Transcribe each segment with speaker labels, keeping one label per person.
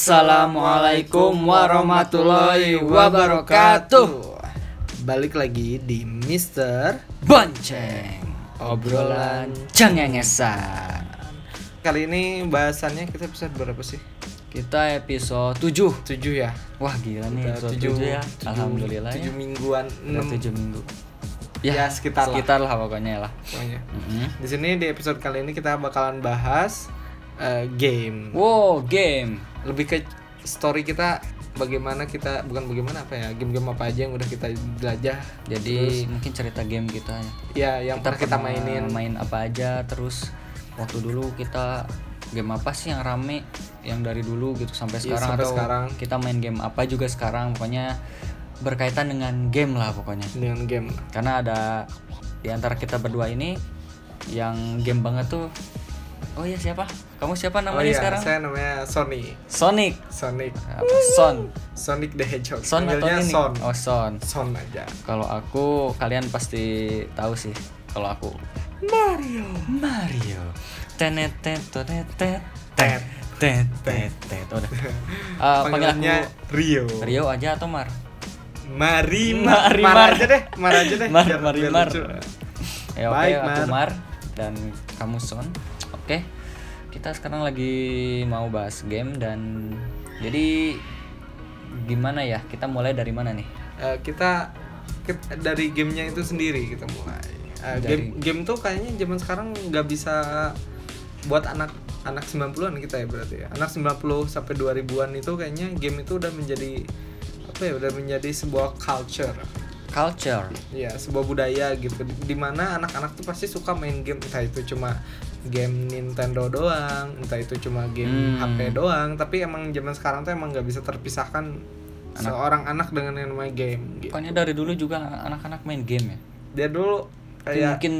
Speaker 1: Assalamualaikum warahmatullahi wabarakatuh
Speaker 2: Balik lagi di Mister
Speaker 1: Bonceng
Speaker 2: Obrolan
Speaker 1: Cengengesan
Speaker 2: Kali ini bahasannya kita episode berapa sih?
Speaker 1: Kita episode 7
Speaker 2: 7 ya?
Speaker 1: Wah gila nih
Speaker 2: Udah
Speaker 1: episode 7
Speaker 2: tujuh-
Speaker 1: ya
Speaker 2: tujuh-
Speaker 1: Alhamdulillah
Speaker 2: tujuh
Speaker 1: ya
Speaker 2: mingguan
Speaker 1: Udah
Speaker 2: enam
Speaker 1: 7 minggu
Speaker 2: Ya, sekitar lah.
Speaker 1: Sekitar lah pokoknya lah
Speaker 2: pokoknya.
Speaker 1: Mhm.
Speaker 2: Oh, iya. Di sini di episode kali ini kita bakalan bahas eh, game
Speaker 1: Wow game
Speaker 2: Lebih ke story kita bagaimana kita bukan bagaimana apa ya game-game apa aja yang udah kita jelajah
Speaker 1: Jadi mungkin cerita game kita ya
Speaker 2: ya yang pernah kita
Speaker 1: pernah
Speaker 2: mainin
Speaker 1: main apa aja terus waktu dulu kita game apa sih yang rame yang dari dulu gitu sampai
Speaker 2: Iya,
Speaker 1: sekarang
Speaker 2: sampai
Speaker 1: atau
Speaker 2: sekarang.
Speaker 1: kita main game apa juga sekarang pokoknya berkaitan dengan game lah pokoknya
Speaker 2: dengan game
Speaker 1: karena ada di antara kita berdua ini yang game banget tuh oh iya siapa kamu siapa
Speaker 2: Oh
Speaker 1: namanya
Speaker 2: iya,
Speaker 1: sekarang
Speaker 2: saya namanya Sony
Speaker 1: Sonic
Speaker 2: Sonic
Speaker 1: apa Son
Speaker 2: Sonic the Hedgehog
Speaker 1: Son atau
Speaker 2: Panggilnya
Speaker 1: ini
Speaker 2: Son
Speaker 1: oh Son
Speaker 2: Son aja
Speaker 1: kalau aku kalian pasti tahu sih kalau aku
Speaker 2: Mario
Speaker 1: Mario. Tenet tenet tenet tenet
Speaker 2: Tet.
Speaker 1: tenet tenet tenet. Udah. Eh, panggil aku
Speaker 2: Panggilannya Rio
Speaker 1: Rio aja atau Mar?
Speaker 2: Mari
Speaker 1: Mar-
Speaker 2: Mar Mar
Speaker 1: Mar.
Speaker 2: aja deh Mar aja deh
Speaker 1: Mar,
Speaker 2: biar-
Speaker 1: Mar,
Speaker 2: biar
Speaker 1: Mar.
Speaker 2: lucu.
Speaker 1: Ya oke,
Speaker 2: Baik,
Speaker 1: aku
Speaker 2: Mar.
Speaker 1: Mar dan kamu Son. Oke. Kita sekarang lagi mau bahas game dan jadi gimana ya? Kita mulai dari mana nih?
Speaker 2: Eh, kita, kit- dari gamenya itu sendiri kita mulai Eh, game game tuh kayaknya zaman sekarang nggak bisa buat anak anak 90-an kita ya berarti ya anak 90 sampai 2000-an itu kayaknya game itu udah menjadi apa ya udah menjadi sebuah culture
Speaker 1: Culture.
Speaker 2: ya sebuah budaya gitu dimana anak-anak tuh pasti suka main game entah itu cuma game Nintendo doang entah itu cuma game
Speaker 1: Hmm.
Speaker 2: HP doang tapi emang zaman sekarang tuh emang nggak bisa terpisahkan seorang anak dengan yang namanya game gitu.
Speaker 1: Pokoknya dari dulu juga anak-anak main game ya.
Speaker 2: dia dulu
Speaker 1: Tapi
Speaker 2: kayak
Speaker 1: Mungkin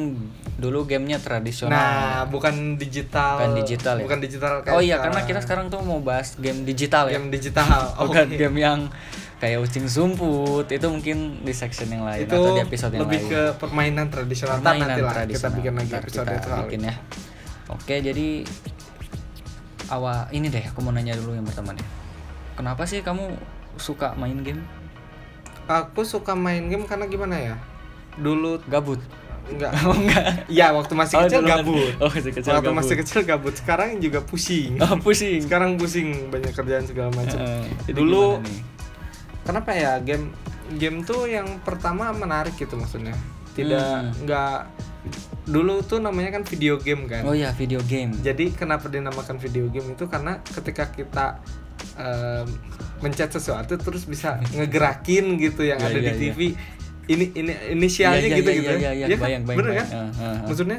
Speaker 1: dulu gamenya tradisional.
Speaker 2: nah bukan digital
Speaker 1: Bukan digital ya?
Speaker 2: bukan digital kayak
Speaker 1: oh iya,
Speaker 2: sekarang.
Speaker 1: karena kita sekarang tuh mau bahas game digital ya.
Speaker 2: game digital
Speaker 1: bukan
Speaker 2: Oke.
Speaker 1: game yang kayak ucing sumput itu mungkin di section yang lain
Speaker 2: Oh, itu
Speaker 1: atau di episode yang
Speaker 2: lebih
Speaker 1: lain
Speaker 2: ke permainan tradisional Ntar
Speaker 1: permainan
Speaker 2: nanti lah kita
Speaker 1: tradisional
Speaker 2: bikin lagi
Speaker 1: Ntar
Speaker 2: episode
Speaker 1: kita
Speaker 2: soal
Speaker 1: bikin
Speaker 2: itu.
Speaker 1: ya oke jadi awal ini deh aku mau nanya dulu yang pertama deh kenapa sih kamu suka main game
Speaker 2: aku suka main game karena gimana ya dulu
Speaker 1: gabut
Speaker 2: enggak
Speaker 1: oh enggak
Speaker 2: Iya waktu masih
Speaker 1: Oh,
Speaker 2: kecil
Speaker 1: dulu kan.
Speaker 2: gabut.
Speaker 1: oh masih kecil
Speaker 2: waktu
Speaker 1: gabut
Speaker 2: masih kecil gabut. Sekarang juga pusing.
Speaker 1: oh pusing
Speaker 2: Sekarang pusing banyak kerjaan segala macam.
Speaker 1: Heeh. Eh, Jadi
Speaker 2: Dulu-
Speaker 1: gimana nih?
Speaker 2: Kenapa ya game game tuh yang pertama menarik gitu maksudnya.
Speaker 1: Hmm.
Speaker 2: Tidak nggak dulu tuh namanya kan video game kan.
Speaker 1: oh ya video game
Speaker 2: Jadi kenapa dinamakan video game itu karena ketika kita em, mencet sesuatu terus bisa ngegerakin gitu yang
Speaker 1: Hmm. Iya,
Speaker 2: ada
Speaker 1: iya,
Speaker 2: di
Speaker 1: iya.
Speaker 2: TV. Ini ini inisialnya
Speaker 1: Iya, iya,
Speaker 2: gitu
Speaker 1: iya,
Speaker 2: gitu.
Speaker 1: iya, iya,
Speaker 2: Iya kan?
Speaker 1: bayang, bayang,
Speaker 2: Bener kan?
Speaker 1: bayang. Heeh, heeh.
Speaker 2: maksudnya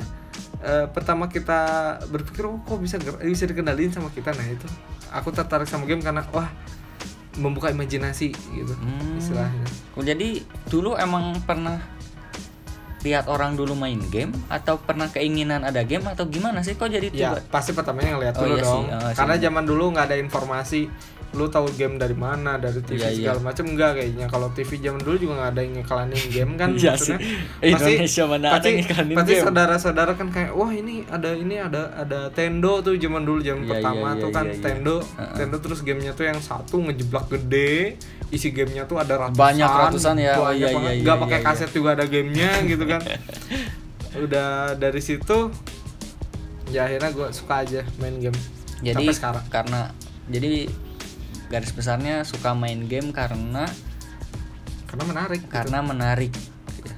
Speaker 2: eh, pertama kita berpikir oh kok bisa ger- bisa dikendaliin sama kita nah itu aku tertarik sama game karena wah membuka imajinasi gitu
Speaker 1: Hmm.
Speaker 2: istilahnya
Speaker 1: Oh, Jadi dulu emang pernah lihat orang dulu main game atau pernah keinginan ada game atau gimana sih kok jadi
Speaker 2: ya
Speaker 1: tiba
Speaker 2: pasti pertamanya ngeliat
Speaker 1: Oh,
Speaker 2: dulu
Speaker 1: iya sih,
Speaker 2: dong
Speaker 1: eh,
Speaker 2: karena
Speaker 1: sih.
Speaker 2: zaman dulu nggak ada informasi lu tahu game dari mana dari TV
Speaker 1: Iya, iya.
Speaker 2: segala macam enggak kayaknya kalau TV zaman dulu juga nggak ada yang ngikalanin game kan
Speaker 1: Iya
Speaker 2: maksudnya
Speaker 1: sih.
Speaker 2: pasti-
Speaker 1: Indonesia mana ada
Speaker 2: pasti,
Speaker 1: yang ngikalanin
Speaker 2: pasti
Speaker 1: game.
Speaker 2: saudara-saudara kan kayak wah ini ada ini ada ada Tendo tuh zaman dulu zaman
Speaker 1: Iya,
Speaker 2: pertama
Speaker 1: iya,
Speaker 2: tuh
Speaker 1: iya,
Speaker 2: kan
Speaker 1: iya, iya.
Speaker 2: Tendo Tendo terus gamenya tuh yang satu ngejeblak gede isi gamenya tuh ada ratusan
Speaker 1: Banyak ratusan ya, oh,
Speaker 2: banyak
Speaker 1: iya, iya,
Speaker 2: banget.
Speaker 1: iya,
Speaker 2: nggak
Speaker 1: iya,
Speaker 2: pakai
Speaker 1: iya.
Speaker 2: kaset juga ada gamenya gitu kan udah dari situ ya akhirnya gue suka aja main game
Speaker 1: Jadi
Speaker 2: sampai sekarang
Speaker 1: karena jadi garis besarnya suka main game karena
Speaker 2: karena menarik gitu.
Speaker 1: karena menarik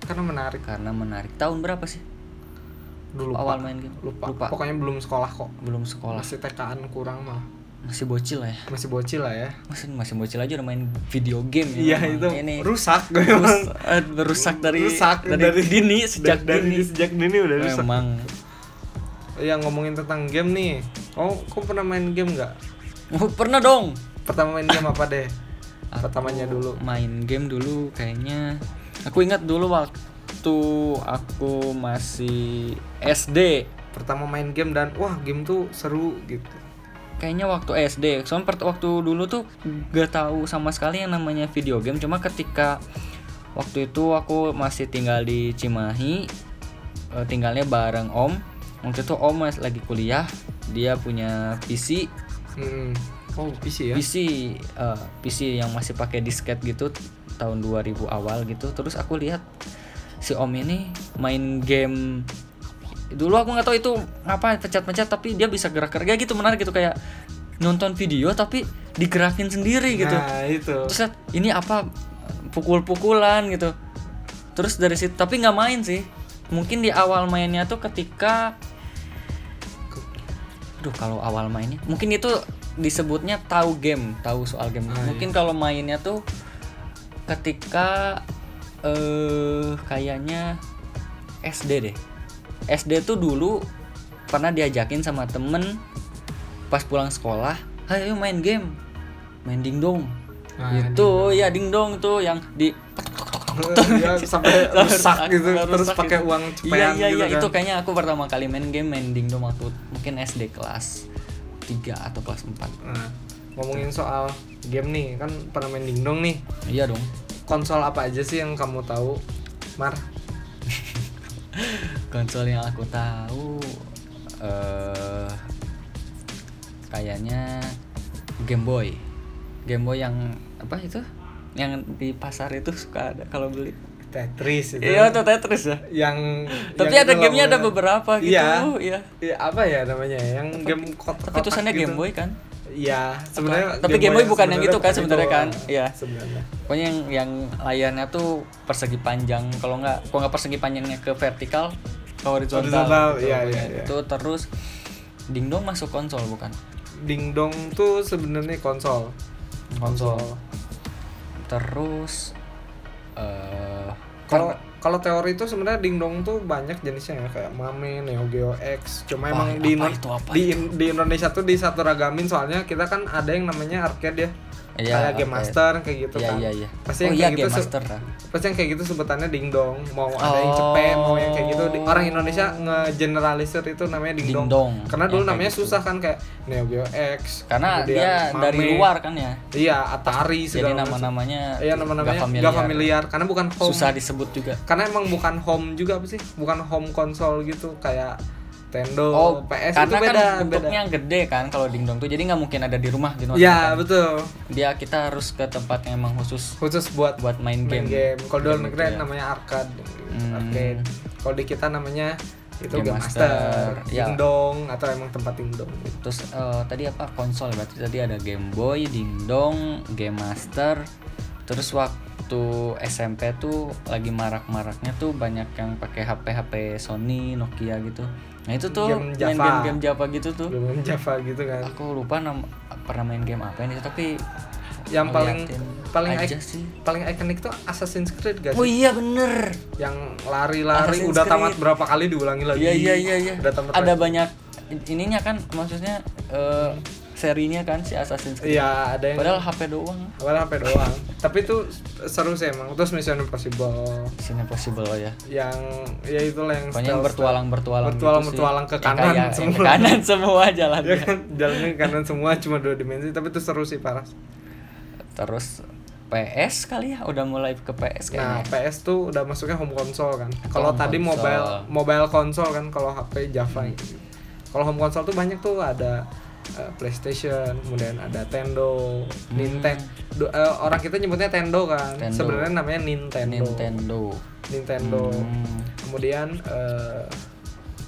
Speaker 2: karena menarik
Speaker 1: karena menarik. Tahun berapa sih
Speaker 2: dulu lupa.
Speaker 1: awal main game?
Speaker 2: lupa
Speaker 1: Lupa.
Speaker 2: pokoknya belum sekolah kok
Speaker 1: Belum sekolah.
Speaker 2: masih TKan kurang mah
Speaker 1: Masih bocil lah ya.
Speaker 2: masih bocil lah ya
Speaker 1: Masih masih bocil aja udah main video game
Speaker 2: Iya
Speaker 1: memang.
Speaker 2: itu
Speaker 1: ini
Speaker 2: rusak
Speaker 1: rus,
Speaker 2: memang.
Speaker 1: eh, rusak dari
Speaker 2: Rusak
Speaker 1: dari,
Speaker 2: dari-
Speaker 1: dini sejak
Speaker 2: dari
Speaker 1: dini.
Speaker 2: sejak dini udah rusak.
Speaker 1: Memang.
Speaker 2: Iya ngomongin tentang game nih. Oh, kok pernah main game nggak?
Speaker 1: Oh, pernah dong.
Speaker 2: Pertama main game apa deh? Pertamanya
Speaker 1: Aku
Speaker 2: dulu.
Speaker 1: main game dulu kayaknya aku ingat dulu waktu aku masih SD
Speaker 2: Pertama main game dan wah game tuh seru gitu.
Speaker 1: kayaknya waktu SD soalnya per- waktu dulu tuh gak tahu sama sekali yang namanya video game cuma ketika waktu itu aku masih tinggal di Cimahi eh, tinggalnya bareng Om waktu itu Om mas- lagi kuliah dia punya PC
Speaker 2: Mm-mm. Oh, PC ya.
Speaker 1: PC eh, PC yang masih pakai disket gitu tahun 2000 awal gitu terus aku lihat si Om ini main game dulu aku nggak tahu itu apa pencet-pencet tapi dia bisa gerak-gerak ya gitu menarik gitu kayak nonton video tapi digerakin sendiri gitu
Speaker 2: Nah, itu.
Speaker 1: terus lihat, ini apa pukul-pukulan gitu terus dari situ tapi nggak main sih mungkin di awal mainnya tuh ketika Duh kalau awal mainnya mungkin itu disebutnya tahu game, tahu soal game.
Speaker 2: Ah,
Speaker 1: mungkin kalau mainnya tuh ketika eh kayaknya SD deh. SD tuh dulu pernah diajakin sama temen pas pulang sekolah, "Hai, ayo main game." Main dingdong.
Speaker 2: Ah,
Speaker 1: itu ya dingdong tuh yang di
Speaker 2: ya, sampai rusak gitu
Speaker 1: Rusak
Speaker 2: terus
Speaker 1: gitu.
Speaker 2: pakai uang cepean
Speaker 1: iya, iya,
Speaker 2: gitu
Speaker 1: iya,
Speaker 2: kan.
Speaker 1: itu kayaknya aku pertama kali main game main dingdong waktu mungkin SD kelas 3 atau kelas 4
Speaker 2: Nah, ngomongin soal game nih, kan pernah main dingdong nih.
Speaker 1: iya dong
Speaker 2: Konsol apa aja sih yang kamu tahu? Mar,
Speaker 1: konsol yang aku tahu eh kayaknya Game Boy Game Boy yang apa itu yang di pasar itu suka ada kalau beli
Speaker 2: Tetris itu.
Speaker 1: iya itu Tetris ya
Speaker 2: Yang
Speaker 1: tapi
Speaker 2: yang
Speaker 1: ada
Speaker 2: itu
Speaker 1: gamenya ada
Speaker 2: namanya.
Speaker 1: beberapa gitu
Speaker 2: Iya.
Speaker 1: iya
Speaker 2: Iya, apa ya namanya? Yang game kotak.
Speaker 1: tapi tulisannya
Speaker 2: gitu?
Speaker 1: Game Boy kan
Speaker 2: Iya, sebenarnya
Speaker 1: Tapi Game Boy bukan yang itu kan, sebenarnya kan? Iya.
Speaker 2: Iya. Sebenarnya.
Speaker 1: pokoknya yang yang layarnya tuh persegi panjang kalau nggak kalau nggak persegi panjangnya ke vertikal ke horizontal,
Speaker 2: Horizontal,
Speaker 1: gitu,
Speaker 2: iya,
Speaker 1: pokoknya.
Speaker 2: iya, iya.
Speaker 1: itu terus dingdong masuk konsol bukan
Speaker 2: Dingdong tuh sebenarnya konsol.
Speaker 1: Konsol. terus eh
Speaker 2: Kalau kalau teori itu sebenarnya dingdong tuh banyak jenisnya ya kayak Mame, Neo Geo X. Cuma
Speaker 1: Apa-
Speaker 2: emang di
Speaker 1: apa
Speaker 2: Indo-
Speaker 1: itu, apa
Speaker 2: di, di Indonesia tuh disatu ragamin soalnya kita kan ada yang namanya arcade ya.
Speaker 1: Iya,
Speaker 2: kayak
Speaker 1: arcade.
Speaker 2: Game Master kayak gitu
Speaker 1: iya
Speaker 2: kan.
Speaker 1: iya iya
Speaker 2: Pasti
Speaker 1: oh
Speaker 2: yang
Speaker 1: iya
Speaker 2: kayak
Speaker 1: game
Speaker 2: gitu se-
Speaker 1: master lah
Speaker 2: Pasti yang kayak gitu sebutannya dingdong, mau ada yang cepen, mau yang kayak gitu. Di-
Speaker 1: Oh.
Speaker 2: orang Indonesia ngegeneralisir itu namanya dingdong.
Speaker 1: Dingdong.
Speaker 2: Karena
Speaker 1: Yang
Speaker 2: dulu
Speaker 1: kayak
Speaker 2: namanya
Speaker 1: gitu.
Speaker 2: susah kan kayak Neo Geo X.
Speaker 1: karena
Speaker 2: kemudian
Speaker 1: dia
Speaker 2: Mame.
Speaker 1: dari luar kan ya
Speaker 2: Iya, Atari
Speaker 1: jadi
Speaker 2: segala macam.
Speaker 1: nama-namanya
Speaker 2: Iya, nama-namanya
Speaker 1: nggak
Speaker 2: nggak familiar karena bukan home.
Speaker 1: susah disebut juga
Speaker 2: Karena emang bukan home juga apa sih? Bukan home konsol gitu kayak Nintendo,
Speaker 1: Oh,
Speaker 2: PS
Speaker 1: karena
Speaker 2: itu beda,
Speaker 1: kan bentuknya gede kan kalau dingdong tuh, jadi nggak mungkin ada di rumah gitu.
Speaker 2: beda. Iya, betul.
Speaker 1: Dia kita harus ke tempat yang emang khusus
Speaker 2: Khusus buat
Speaker 1: buat main,
Speaker 2: main
Speaker 1: game.
Speaker 2: game. Kalau di luar
Speaker 1: Game
Speaker 2: negeri kan
Speaker 1: gitu ya.
Speaker 2: namanya arcade.
Speaker 1: Hmm.
Speaker 2: Arcade. Kalau di kita namanya itu
Speaker 1: Game
Speaker 2: game,
Speaker 1: Master,
Speaker 2: master,
Speaker 1: ya.
Speaker 2: dingdong atau emang tempat dingdong gitu.
Speaker 1: Terus eh, tadi apa konsol berarti tadi ada Game Boy, dingdong, Game Master. Terus waktu SMP tuh lagi marak-maraknya tuh banyak yang pakai HP HP Sony, Nokia gitu. Nah itu tuh main
Speaker 2: Game Java.
Speaker 1: game-game Java gitu tuh.
Speaker 2: Game Java gitu kan.
Speaker 1: Aku lupa nam- pernah main game apa ini tapi
Speaker 2: Yang paling
Speaker 1: ngeliatin
Speaker 2: paling
Speaker 1: aja
Speaker 2: ik-
Speaker 1: sih.
Speaker 2: paling ikonik tuh Assassin's Creed guys.
Speaker 1: Oh iya bener.
Speaker 2: Yang lari-lari
Speaker 1: Assassin's
Speaker 2: udah
Speaker 1: Creed.
Speaker 2: tamat berapa kali diulangi lagi.
Speaker 1: Iya iya iya iya.
Speaker 2: Udah tamat.
Speaker 1: Ada
Speaker 2: lagi.
Speaker 1: banyak in- ininya kan maksudnya eh, serinya kan si Assassin's Creed.
Speaker 2: Iya, ada yang
Speaker 1: Padahal HP doang.
Speaker 2: awalnya HP doang. Tapi itu seru sih emang. Terus Mission Impossible
Speaker 1: Sini possible ya.
Speaker 2: yang ya itulah yang
Speaker 1: Pokoknya yang
Speaker 2: stealth-
Speaker 1: bertualang-bertualang
Speaker 2: Bertualang-
Speaker 1: gitu sih.
Speaker 2: bertualang ke
Speaker 1: Yang
Speaker 2: kanan
Speaker 1: kayak- yang ke
Speaker 2: semua.
Speaker 1: kanan semua
Speaker 2: ya
Speaker 1: jalannya.
Speaker 2: kan jalannya ke kanan semua cuma dua dimensi tapi itu seru sih parah
Speaker 1: Terus PS kali ya udah mulai ke PS
Speaker 2: nah
Speaker 1: kayaknya.
Speaker 2: PS tuh udah masuknya home console kan kalau
Speaker 1: iya. Home
Speaker 2: tadi
Speaker 1: console. Hmm.
Speaker 2: mobile mobile console kan kalau HP Java gitu. kalau home console tuh banyak tuh ada eh, PlayStation kemudian ada Nintendo
Speaker 1: Hmm.
Speaker 2: Nintendo orang kita nyebutnya Nintendo kan
Speaker 1: Nintendo.
Speaker 2: sebenarnya namanya Nah, Nintendo Nintendo,
Speaker 1: Nintendo. Hmm.
Speaker 2: kemudian eh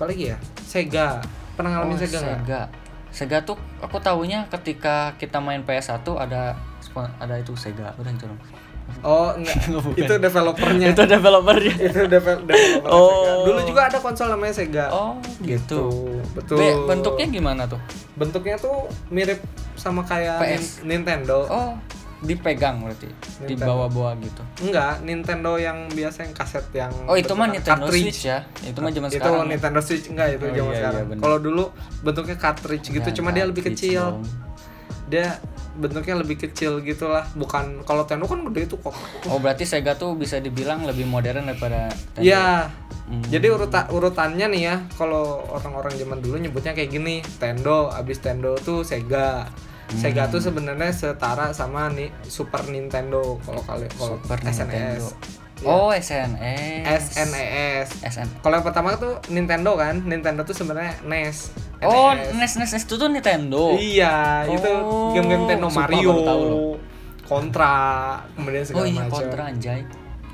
Speaker 2: apa lagi ya Sega pernah ngalamin
Speaker 1: Oh,
Speaker 2: Sega nggak?
Speaker 1: Sega. Sega tuh aku tahunya ketika kita main PS1 ada spon- ada itu Sega udah itu dong.
Speaker 2: Oh enggak itu developernya
Speaker 1: Itu developernya.
Speaker 2: itu devel- developer
Speaker 1: Oh.
Speaker 2: Sega. Dulu juga ada konsol namanya Sega.
Speaker 1: Oh, gitu.
Speaker 2: Tuh, betul.
Speaker 1: Be- bentuknya gimana tuh?
Speaker 2: bentuknya tuh mirip sama kayak
Speaker 1: PS.
Speaker 2: Nin- Nintendo.
Speaker 1: Oh, dipegang berarti,
Speaker 2: Nintendo.
Speaker 1: dibawa-bawa gitu.
Speaker 2: Enggak, Nintendo yang biasa yang kaset yang
Speaker 1: Oh, itu mah
Speaker 2: bentukan
Speaker 1: Nintendo
Speaker 2: cartridge.
Speaker 1: Switch ya. Itu mah zaman
Speaker 2: itu
Speaker 1: sekarang.
Speaker 2: Nintendo Switch enggak itu
Speaker 1: Oh,
Speaker 2: zaman
Speaker 1: iya,
Speaker 2: sekarang.
Speaker 1: iya, bener.
Speaker 2: Kalau dulu bentuknya cartridge gitu,
Speaker 1: Ya,
Speaker 2: cuma dia lebih
Speaker 1: cartridge
Speaker 2: kecil.
Speaker 1: dong.
Speaker 2: Dia bentuknya lebih kecil gitulah, bukan kalau Nintendo kan gede tuh kok.
Speaker 1: Oh, berarti Sega tuh bisa dibilang lebih modern daripada Nintendo.
Speaker 2: Iya.
Speaker 1: Hmm.
Speaker 2: Jadi uruta- urutannya nih ya, kalau orang-orang zaman dulu nyebutnya kayak gini, Tendo, abis Tendo tuh Sega.
Speaker 1: Hmm.
Speaker 2: Sega tuh sebenarnya setara sama nih Super Nintendo kalau kali kalau
Speaker 1: Super
Speaker 2: SNES.
Speaker 1: Nintendo.
Speaker 2: Iya.
Speaker 1: Oh, SNES.
Speaker 2: SNES.
Speaker 1: SN.
Speaker 2: E Kalau yang pertama tuh Nintendo kan, Nintendo tuh sebenarnya NES.
Speaker 1: Oh,
Speaker 2: NES.
Speaker 1: NES NES NES itu tuh Nintendo.
Speaker 2: Iya, itu
Speaker 1: Oh,
Speaker 2: game-game Nintendo
Speaker 1: sumpah
Speaker 2: Mario,
Speaker 1: baru tahu loh.
Speaker 2: kontra, kemudian
Speaker 1: oh
Speaker 2: segala
Speaker 1: iya
Speaker 2: macam.
Speaker 1: kontra anjay.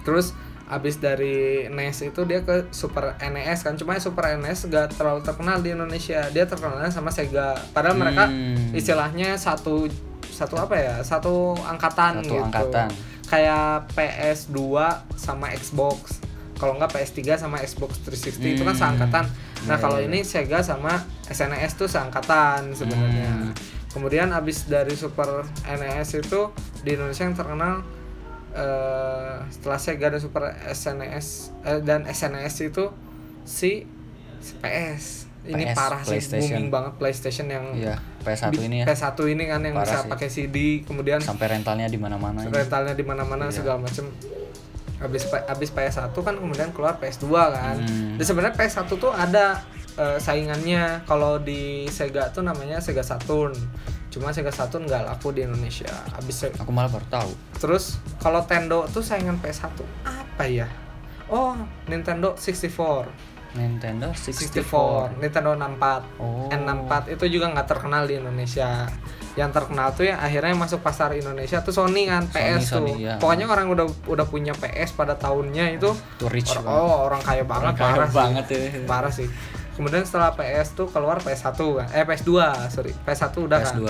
Speaker 2: Terus abis dari NES itu dia ke Super NES kan, cuma Super NES gak terlalu terkenal di Indonesia. Dia terkenalnya sama Sega. Padahal mereka
Speaker 1: Hmm.
Speaker 2: istilahnya satu satu apa ya? Satu angkatan
Speaker 1: Satu
Speaker 2: gitu.
Speaker 1: angkatan.
Speaker 2: Kayak PS2 sama Xbox. Kalau nggak PS3 sama Xbox 360 itu kan
Speaker 1: Hmm.
Speaker 2: seangkatan. Nah,
Speaker 1: Iya,
Speaker 2: kalau
Speaker 1: iya,
Speaker 2: ini Sega sama SNES tuh seangkatan sebenarnya.
Speaker 1: Hmm.
Speaker 2: Kemudian abis dari Super NES itu di Indonesia yang terkenal eh, setelah Sega dan Super SNES eh, dan SNES itu si PS. Ini
Speaker 1: PS,
Speaker 2: parah sih
Speaker 1: PlayStation.
Speaker 2: booming banget PlayStation yang
Speaker 1: Iya, PS1
Speaker 2: di-
Speaker 1: ini ya.
Speaker 2: PS1 ini kan yang
Speaker 1: Parah
Speaker 2: bisa
Speaker 1: sih.
Speaker 2: pakai CD, kemudian
Speaker 1: Sampai rentalnya di mana-mana. Nah, ini.
Speaker 2: rentalnya di mana-mana
Speaker 1: Iya.
Speaker 2: segala macem habis P- habis PS1 kan kemudian keluar PS2 kan.
Speaker 1: Hmm.
Speaker 2: Dan sebenarnya PS1 tuh ada eh, saingannya kalau di Sega tuh namanya Sega Saturn. Cuma Sega Saturn nggak laku di Indonesia. Habis Se-
Speaker 1: Aku malah baru tahu.
Speaker 2: terus kalau Nintendo tuh saingan PS1 apa ya? Oh, Nintendo 64.
Speaker 1: Nintendo 64.
Speaker 2: 64, Nintendo 64.
Speaker 1: Oh.
Speaker 2: N64 itu juga nggak terkenal di Indonesia. Yang terkenal tuh yang akhirnya yang masuk pasar Indonesia tuh Sony kan,
Speaker 1: Sony,
Speaker 2: PS tuh.
Speaker 1: Sony, ya.
Speaker 2: Pokoknya orang udah udah punya PS pada tahunnya itu
Speaker 1: Itu rich
Speaker 2: or-
Speaker 1: banget.
Speaker 2: oh orang kaya banget,
Speaker 1: Orang kaya
Speaker 2: parah
Speaker 1: banget
Speaker 2: sih. kan?
Speaker 1: ya.
Speaker 2: Parah sih. Kemudian setelah PS tuh keluar PS1 kan. Eh PS2, sorry. PS1 udah kan.
Speaker 1: PS2.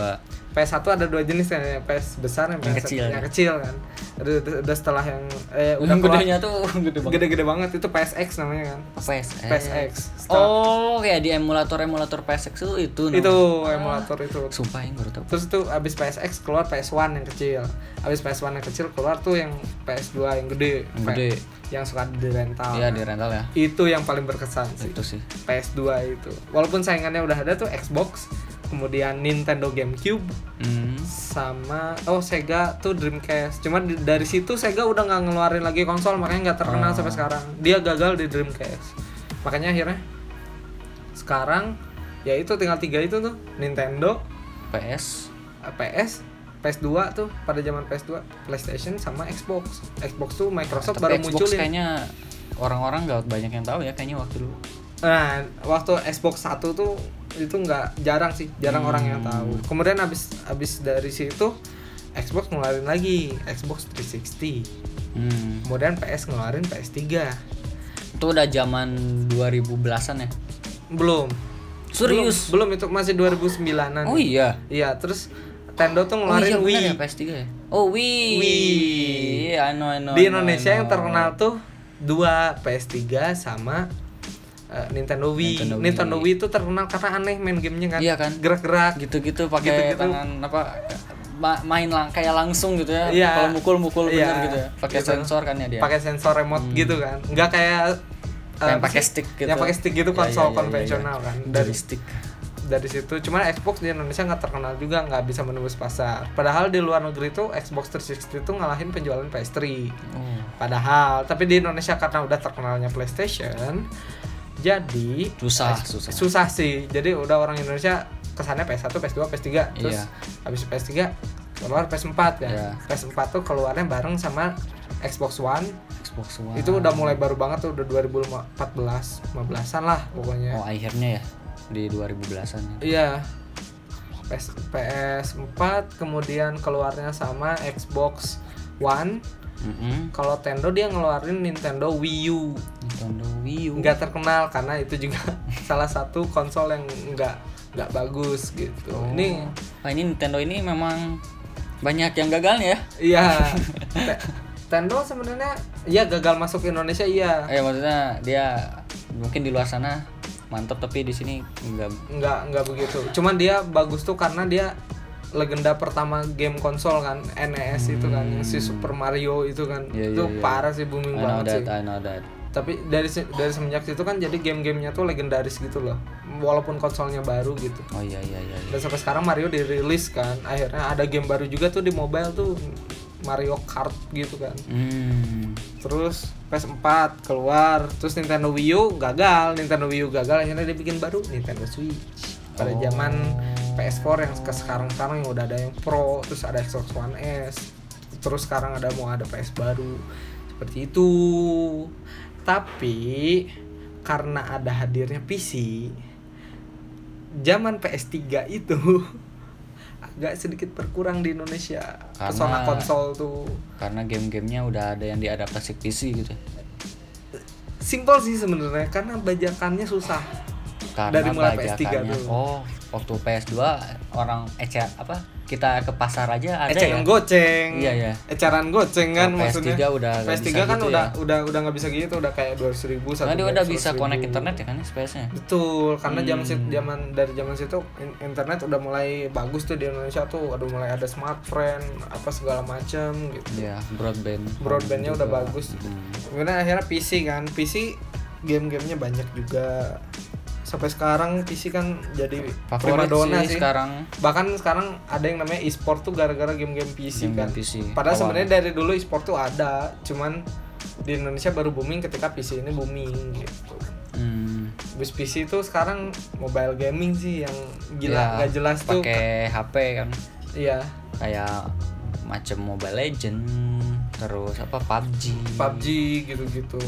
Speaker 2: PS1 ada dua jenis kan, ya, PS besar yang,
Speaker 1: Yang
Speaker 2: PS
Speaker 1: kecil. ya.
Speaker 2: yang kecil kan. Udah, udah- udah setelah yang eh udah
Speaker 1: Yang
Speaker 2: keluar
Speaker 1: gedenya tuh gede banget.
Speaker 2: gede-gede banget itu PSX namanya kan.
Speaker 1: PSX.
Speaker 2: PSX. Setelah-
Speaker 1: Eh, Oh, kayak di emulator-emulator PSX itu itu. namanya.
Speaker 2: itu emulator itu.
Speaker 1: Sumpah yang baru tahu.
Speaker 2: Terus tuh abis PSX keluar PS1 yang kecil. Abis PS1 yang kecil keluar tuh yang PS2 yang gede.
Speaker 1: Yang gede.
Speaker 2: Yang suka di rental.
Speaker 1: Iya, di rental ya.
Speaker 2: Itu yang paling berkesan Ah. sih.
Speaker 1: Itu sih.
Speaker 2: PS2 itu. Walaupun saingannya udah ada tuh Xbox, kemudian Nintendo GameCube
Speaker 1: Hmm.
Speaker 2: sama oh Sega tuh Dreamcast. Cuma di- dari situ Sega udah nggak ngeluarin lagi konsol makanya nggak
Speaker 1: Ah.
Speaker 2: terkenal sampai sekarang. Dia gagal di Dreamcast. Makanya akhirnya sekarang ya itu tinggal tiga itu tuh Nintendo,
Speaker 1: PS
Speaker 2: PS PS2 tuh pada zaman PS2 PlayStation sama Xbox Xbox tuh Microsoft
Speaker 1: Tapi
Speaker 2: baru
Speaker 1: Xbox
Speaker 2: munculin
Speaker 1: kayaknya orang-orang nggak banyak yang tahu ya kayaknya waktu dulu.
Speaker 2: nah waktu Xbox 1 tuh itu nggak jarang sih jarang orang
Speaker 1: Hmm.
Speaker 2: yang tahu kemudian abis abis dari situ Xbox ngeluarin lagi Xbox 360
Speaker 1: Hmm.
Speaker 2: kemudian PS ngeluarin PS3
Speaker 1: Itu udah zaman 2010-an ya.
Speaker 2: belum
Speaker 1: Serius?
Speaker 2: belum, belum itu masih 2009an
Speaker 1: Oh iya.
Speaker 2: iya terus Nintendo tuh
Speaker 1: Oh
Speaker 2: ngeluarin
Speaker 1: iya
Speaker 2: Wii
Speaker 1: benar ya PS3 ya. Oh Wii.
Speaker 2: Wii.
Speaker 1: Iya, I know, I know, I
Speaker 2: di
Speaker 1: know,
Speaker 2: Indonesia
Speaker 1: I
Speaker 2: yang
Speaker 1: know.
Speaker 2: terkenal tuh dua PS3 sama eh, Nintendo Wii.
Speaker 1: Nintendo
Speaker 2: Nintendo
Speaker 1: Wii.
Speaker 2: Wii. itu terkenal karena aneh main gamenya kan.
Speaker 1: Iya kan?
Speaker 2: Gerak-gerak.
Speaker 1: gitu-gitu pakai
Speaker 2: Gitu-gitu.
Speaker 1: tangan apa ma- main lang kayak langsung gitu ya.
Speaker 2: Iya.
Speaker 1: Kalau mukul-mukul bener
Speaker 2: Iya.
Speaker 1: gitu ya. Pakai
Speaker 2: Gitu.
Speaker 1: sensor kan ya dia. Hmm.
Speaker 2: Pakai sensor remote gitu kan. Nggak kayak eh,
Speaker 1: Yang
Speaker 2: apa
Speaker 1: pakai
Speaker 2: sih?
Speaker 1: stick gitu.
Speaker 2: Yang pakai stick gitu
Speaker 1: Iya,
Speaker 2: konsol
Speaker 1: iya, iya, iya,
Speaker 2: konvensional
Speaker 1: iya.
Speaker 2: kan. Dari
Speaker 1: Joystick.
Speaker 2: dari situ cuman Xbox di Indonesia nggak terkenal juga nggak bisa menembus pasar. Padahal di luar negeri tuh Xbox 360 itu ngalahin penjualan PS3.
Speaker 1: Oh.
Speaker 2: Padahal, tapi di Indonesia karena udah terkenalnya PlayStation, jadi
Speaker 1: Susah,
Speaker 2: Xbox-
Speaker 1: susah.
Speaker 2: susah sih. Jadi udah orang Indonesia kesannya PS1, PS2, PS3, terus
Speaker 1: Iya.
Speaker 2: habis PS3 keluar PS4 ya.
Speaker 1: Iya.
Speaker 2: PS4 tuh keluarnya bareng sama Xbox One.
Speaker 1: Xbox One.
Speaker 2: Itu udah mulai baru banget tuh udah 2014, 15-an lah
Speaker 1: Oh,
Speaker 2: pokoknya.
Speaker 1: akhirnya ya di 2010-an. ya.
Speaker 2: Iya. PS, PS4 kemudian keluarnya sama Xbox One.
Speaker 1: Mm-mm.
Speaker 2: Kalau Nintendo dia ngeluarin Nintendo Wii U.
Speaker 1: Nintendo Wii U.
Speaker 2: nggak terkenal karena itu juga salah satu konsol yang nggak nggak bagus gitu ini
Speaker 1: Wah, Oh. ini Nintendo ini memang banyak yang gagalnya ya.
Speaker 2: iya Te- Nintendo sebenarnya ya gagal masuk Indonesia iya
Speaker 1: Eh maksudnya dia mungkin di luar sana mantap tapi di sini enggak
Speaker 2: nggak nggak begitu cuman dia bagus tuh karena dia legenda pertama game konsol kan NES itu kan si Super Mario itu kan
Speaker 1: Hmm. Iya,
Speaker 2: itu
Speaker 1: iya, iya.
Speaker 2: parah sih
Speaker 1: I
Speaker 2: booming
Speaker 1: know
Speaker 2: banget
Speaker 1: that,
Speaker 2: sih
Speaker 1: I know that.
Speaker 2: tapi dari se- dari semenjak situ kan jadi game-gamenya tuh legendaris gitu loh walaupun konsolnya baru gitu
Speaker 1: Oh iya iya iya. iya.
Speaker 2: dan sampai sekarang Mario dirilis kan akhirnya ada game baru juga tuh di mobile tuh Mario Kart gitu kan
Speaker 1: Hmm.
Speaker 2: terus PS4 keluar terus Nintendo Wii U gagal Nintendo Wii U gagal akhirnya dia bikin baru Nintendo Switch pada zaman PS4 yang ke sekarang sekarang yang udah ada yang Pro terus ada Xbox One S terus sekarang ada mau ada PS baru seperti itu tapi karena ada hadirnya PC zaman PS3 itu agak sedikit berkurang di Indonesia
Speaker 1: Karena-
Speaker 2: pesona konsol tuh
Speaker 1: karena game-gamenya udah ada yang diadaptasi ke PC gitu
Speaker 2: simple sih sebenarnya karena bajakannya susah
Speaker 1: karena
Speaker 2: Dari mulai PS3
Speaker 1: bajakannya
Speaker 2: dulu.
Speaker 1: oh waktu PS2 orang ecer apa kita ke pasar aja ada ya
Speaker 2: eceran goceng
Speaker 1: Iya, iya.
Speaker 2: eceran goceng kan
Speaker 1: Oh,
Speaker 2: maksudnya
Speaker 1: PS3 udah nggak
Speaker 2: PS3
Speaker 1: bisa
Speaker 2: kan
Speaker 1: gitu
Speaker 2: udah
Speaker 1: ya.
Speaker 2: udah udah nggak bisa gitu udah kayak dua ratus ribu
Speaker 1: Karena dia udah bisa connect internet ya kan space-nya
Speaker 2: betul karena zaman
Speaker 1: Hmm.
Speaker 2: sit- zaman dari zaman situ in- internet udah mulai bagus tuh di Indonesia tuh udah mulai ada smartphone apa segala macam gitu
Speaker 1: ya broadband
Speaker 2: broadbandnya udah
Speaker 1: juga.
Speaker 2: bagus
Speaker 1: Hmm.
Speaker 2: kemudian akhirnya PC kan PC game-gamenya banyak juga sampai sekarang PC kan jadi
Speaker 1: favorit
Speaker 2: primadona
Speaker 1: sih
Speaker 2: sih,
Speaker 1: sekarang
Speaker 2: bahkan sekarang ada yang namanya e-sport tuh gara-gara game-game PC
Speaker 1: Game-game
Speaker 2: kan
Speaker 1: PC.
Speaker 2: padahal
Speaker 1: Awalnya.
Speaker 2: sebenarnya dari dulu e-sport tuh ada cuman di Indonesia baru booming ketika PC ini booming gitu
Speaker 1: Hmm.
Speaker 2: Bus PC itu sekarang mobile gaming sih yang
Speaker 1: Ya,
Speaker 2: gila nggak jelas tuh
Speaker 1: pakai HP kan
Speaker 2: iya
Speaker 1: kayak macam Mobile Legend terus apa PUBG
Speaker 2: PUBG gitu-gitu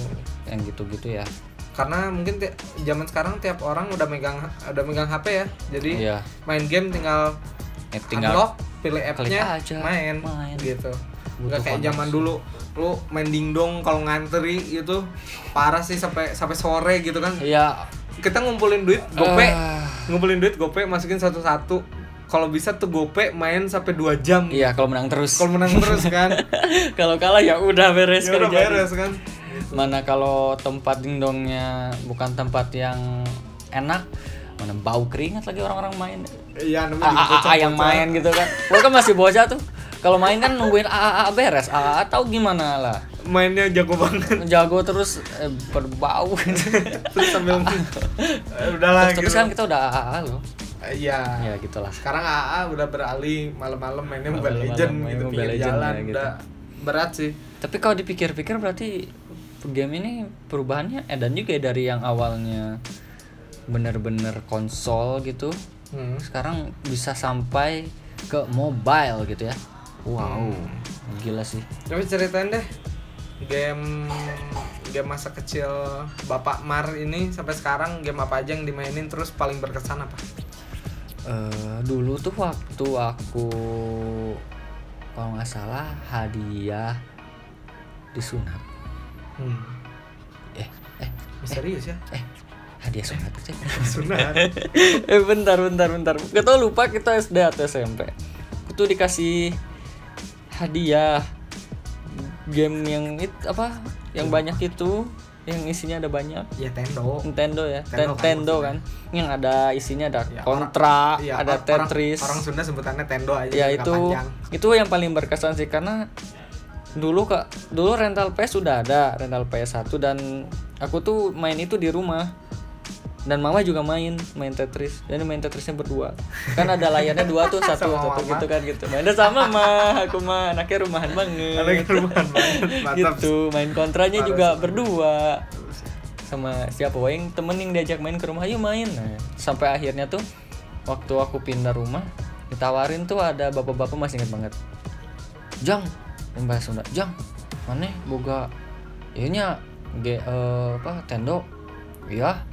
Speaker 1: yang gitu-gitu ya
Speaker 2: karena mungkin ti- zaman sekarang tiap orang udah megang udah megang HP ya jadi
Speaker 1: iya
Speaker 2: main game tinggal
Speaker 1: ya, tinggal
Speaker 2: unlock pilih appnya
Speaker 1: klik aja,
Speaker 2: main,
Speaker 1: main.
Speaker 2: gitu
Speaker 1: Butuh
Speaker 2: nggak kayak
Speaker 1: koneksi.
Speaker 2: zaman dulu lu main dingdong kalau ngantri gitu parah sih sampai sampai sore gitu kan
Speaker 1: iya
Speaker 2: kita ngumpulin duit gope
Speaker 1: Ah.
Speaker 2: ngumpulin duit gope masukin satu-satu kalau bisa tuh gope main sampai 2 jam
Speaker 1: iya kalau menang terus
Speaker 2: kalau menang terus kan
Speaker 1: kalau kalah ya udah beres
Speaker 2: ya udah
Speaker 1: kerjaan.
Speaker 2: beres kan
Speaker 1: mana kalau tempat dingdongnya bukan tempat yang enak mana bau keringat lagi orang-orang main
Speaker 2: iya namanya juga
Speaker 1: AAA
Speaker 2: bocah-bocah.
Speaker 1: yang main gitu kan lo kan masih bocah tuh kalau main kan nungguin AAA beres AAA tahu gimana lah
Speaker 2: mainnya jago banget
Speaker 1: jago terus eh, berbau gitu.
Speaker 2: terus sambil Eh, udahlah
Speaker 1: terus, terus
Speaker 2: gitu
Speaker 1: kan kita udah AAA loh
Speaker 2: iya
Speaker 1: ya gitulah
Speaker 2: sekarang AA udah beralih malam-malam mainnya Mobile
Speaker 1: Malam-malam
Speaker 2: Legend
Speaker 1: main
Speaker 2: gitu
Speaker 1: Mobile
Speaker 2: pinggir
Speaker 1: Legend
Speaker 2: jalan
Speaker 1: ya, gitu.
Speaker 2: udah berat sih
Speaker 1: tapi kalau dipikir-pikir berarti game ini perubahannya edan juga ya dari yang awalnya bener-bener konsol gitu
Speaker 2: Hmm.
Speaker 1: sekarang bisa sampai ke mobile gitu ya wow gila sih
Speaker 2: coba ceritain deh game game masa kecil Bapak Mar ini sampai sekarang game apa aja yang dimainin terus paling berkesan apa?
Speaker 1: Eh, dulu tuh waktu aku kalau nggak salah hadiah disunat
Speaker 2: Hmm.
Speaker 1: eh eh
Speaker 2: Misterius ya.
Speaker 1: eh hadiah sunat gitu ya.
Speaker 2: Sunat.
Speaker 1: eh bentar bentar bentar gak tau lupa kita SD atau SMP itu dikasih hadiah game yang itu apa yang banyak itu yang isinya ada banyak
Speaker 2: ya Tendo.
Speaker 1: Nintendo ya
Speaker 2: Nintendo kan
Speaker 1: Nintendo kan, yang ada isinya ada
Speaker 2: Ya,
Speaker 1: kontra
Speaker 2: Iya,
Speaker 1: ada
Speaker 2: or- orang-
Speaker 1: Tetris
Speaker 2: Orang, Sunda sebutannya Tendo aja.
Speaker 1: ya
Speaker 2: nggak
Speaker 1: itu
Speaker 2: panjang.
Speaker 1: itu yang paling berkesan sih karena dulu kak dulu rental PS sudah ada rental PS 1 dan aku tuh main itu di rumah dan mama juga main main Tetris dan main Tetrisnya berdua kan ada layarnya dua tuh satu
Speaker 2: Sama
Speaker 1: satu
Speaker 2: mama.
Speaker 1: gitu kan gitu mainnya sama mah aku mah anaknya rumahan
Speaker 2: Ada
Speaker 1: banget
Speaker 2: kerumahan banget. Mantap.
Speaker 1: gitu main kontranya
Speaker 2: Parah
Speaker 1: juga
Speaker 2: sih.
Speaker 1: berdua sama siapa wae temen yang diajak main ke rumah ayo main Nah, sampai akhirnya tuh waktu aku pindah rumah ditawarin tuh ada bapak-bapak masih inget banget jang yang bahasa Sunda jang mana boga ianya ge eh, apa tendo iya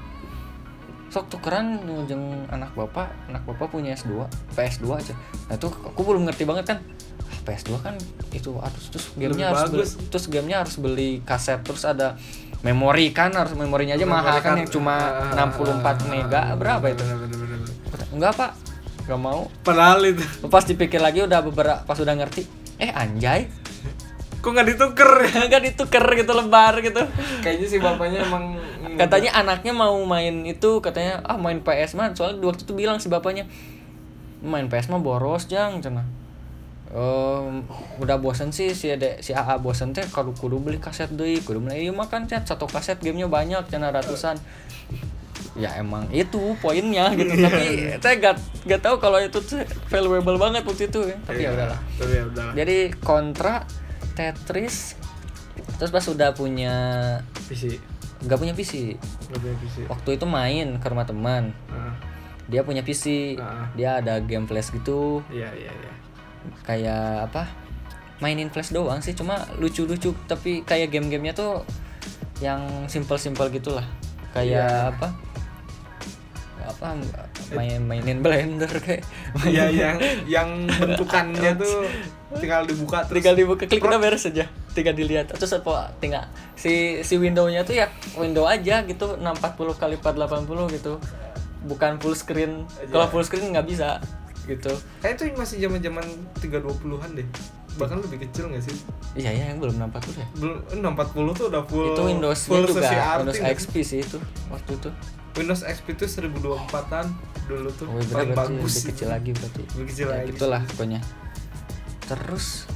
Speaker 1: sok tukeran jeung anak bapak anak bapak punya S2 PS2 aja nah itu aku belum ngerti banget kan Ah, PS2 kan itu harus terus gamenya
Speaker 2: Lebih
Speaker 1: harus beli,
Speaker 2: bagus.
Speaker 1: terus gamenya harus beli kaset terus ada memori kan harus memorinya aja mahal kan ah, yang
Speaker 2: Ah,
Speaker 1: cuma 64 mega berapa itu
Speaker 2: Bener, bener, bener, bener.
Speaker 1: enggak pak enggak mau
Speaker 2: Padahal itu
Speaker 1: pas dipikir lagi udah beberapa pas udah ngerti eh anjay
Speaker 2: kok nggak dituker ya?
Speaker 1: enggak dituker gitu lebar gitu
Speaker 2: Kayaknya sih bapaknya emang
Speaker 1: Hmm. katanya anaknya mau main itu katanya ah main PS mah soalnya waktu itu bilang si bapaknya main PS mah boros jang cina Ehm, udah bosen sih si Ade- si AA bosen teh kalau kudu beli kaset deh kudu beli iya makan cat satu kaset gamenya banyak cina ratusan ya emang itu poinnya gitu tapi saya gak gak tahu kalau itu tuh valuable banget waktu itu ya. tapi ya udahlah
Speaker 2: Tapi ya udahlah.
Speaker 1: jadi kontra Tetris terus pas udah punya
Speaker 2: PC.
Speaker 1: gak punya PC
Speaker 2: Nggak punya PC.
Speaker 1: waktu itu main ke rumah teman
Speaker 2: Ah,
Speaker 1: dia punya PC
Speaker 2: Heeh.
Speaker 1: dia ada game flash gitu
Speaker 2: Iya, iya, iya.
Speaker 1: kayak apa mainin flash doang sih cuma lucu-lucu tapi kayak game-gamenya tuh yang simple-simple gitulah kayak apa apa main mainin blender kayak
Speaker 2: Iya yang yang bentukannya tuh tinggal dibuka terus
Speaker 1: tinggal dibuka klik udah beres aja tinggal dilihat terus apa tinggal si si windownya tuh ya window aja gitu 640 kali 480 gitu bukan full screen
Speaker 2: Iya.
Speaker 1: kalau full screen nggak bisa gitu
Speaker 2: kayak itu masih zaman-zaman 320-an deh. Bahkan lebih kecil nggak sih?
Speaker 1: iya ya yang belum 640 ya
Speaker 2: Belum eh, 640 tuh udah full
Speaker 1: itu Windows-nya
Speaker 2: full
Speaker 1: juga
Speaker 2: sesi arti
Speaker 1: Windows
Speaker 2: nggak sih?
Speaker 1: XP sih itu waktu itu
Speaker 2: Windows XP itu 1024-an dulu tuh
Speaker 1: oh, berarti
Speaker 2: paling
Speaker 1: berarti
Speaker 2: bagus.
Speaker 1: lebih kecil lagi berarti
Speaker 2: Lebih kecil
Speaker 1: ya,
Speaker 2: lagi.
Speaker 1: gitulah pokoknya terus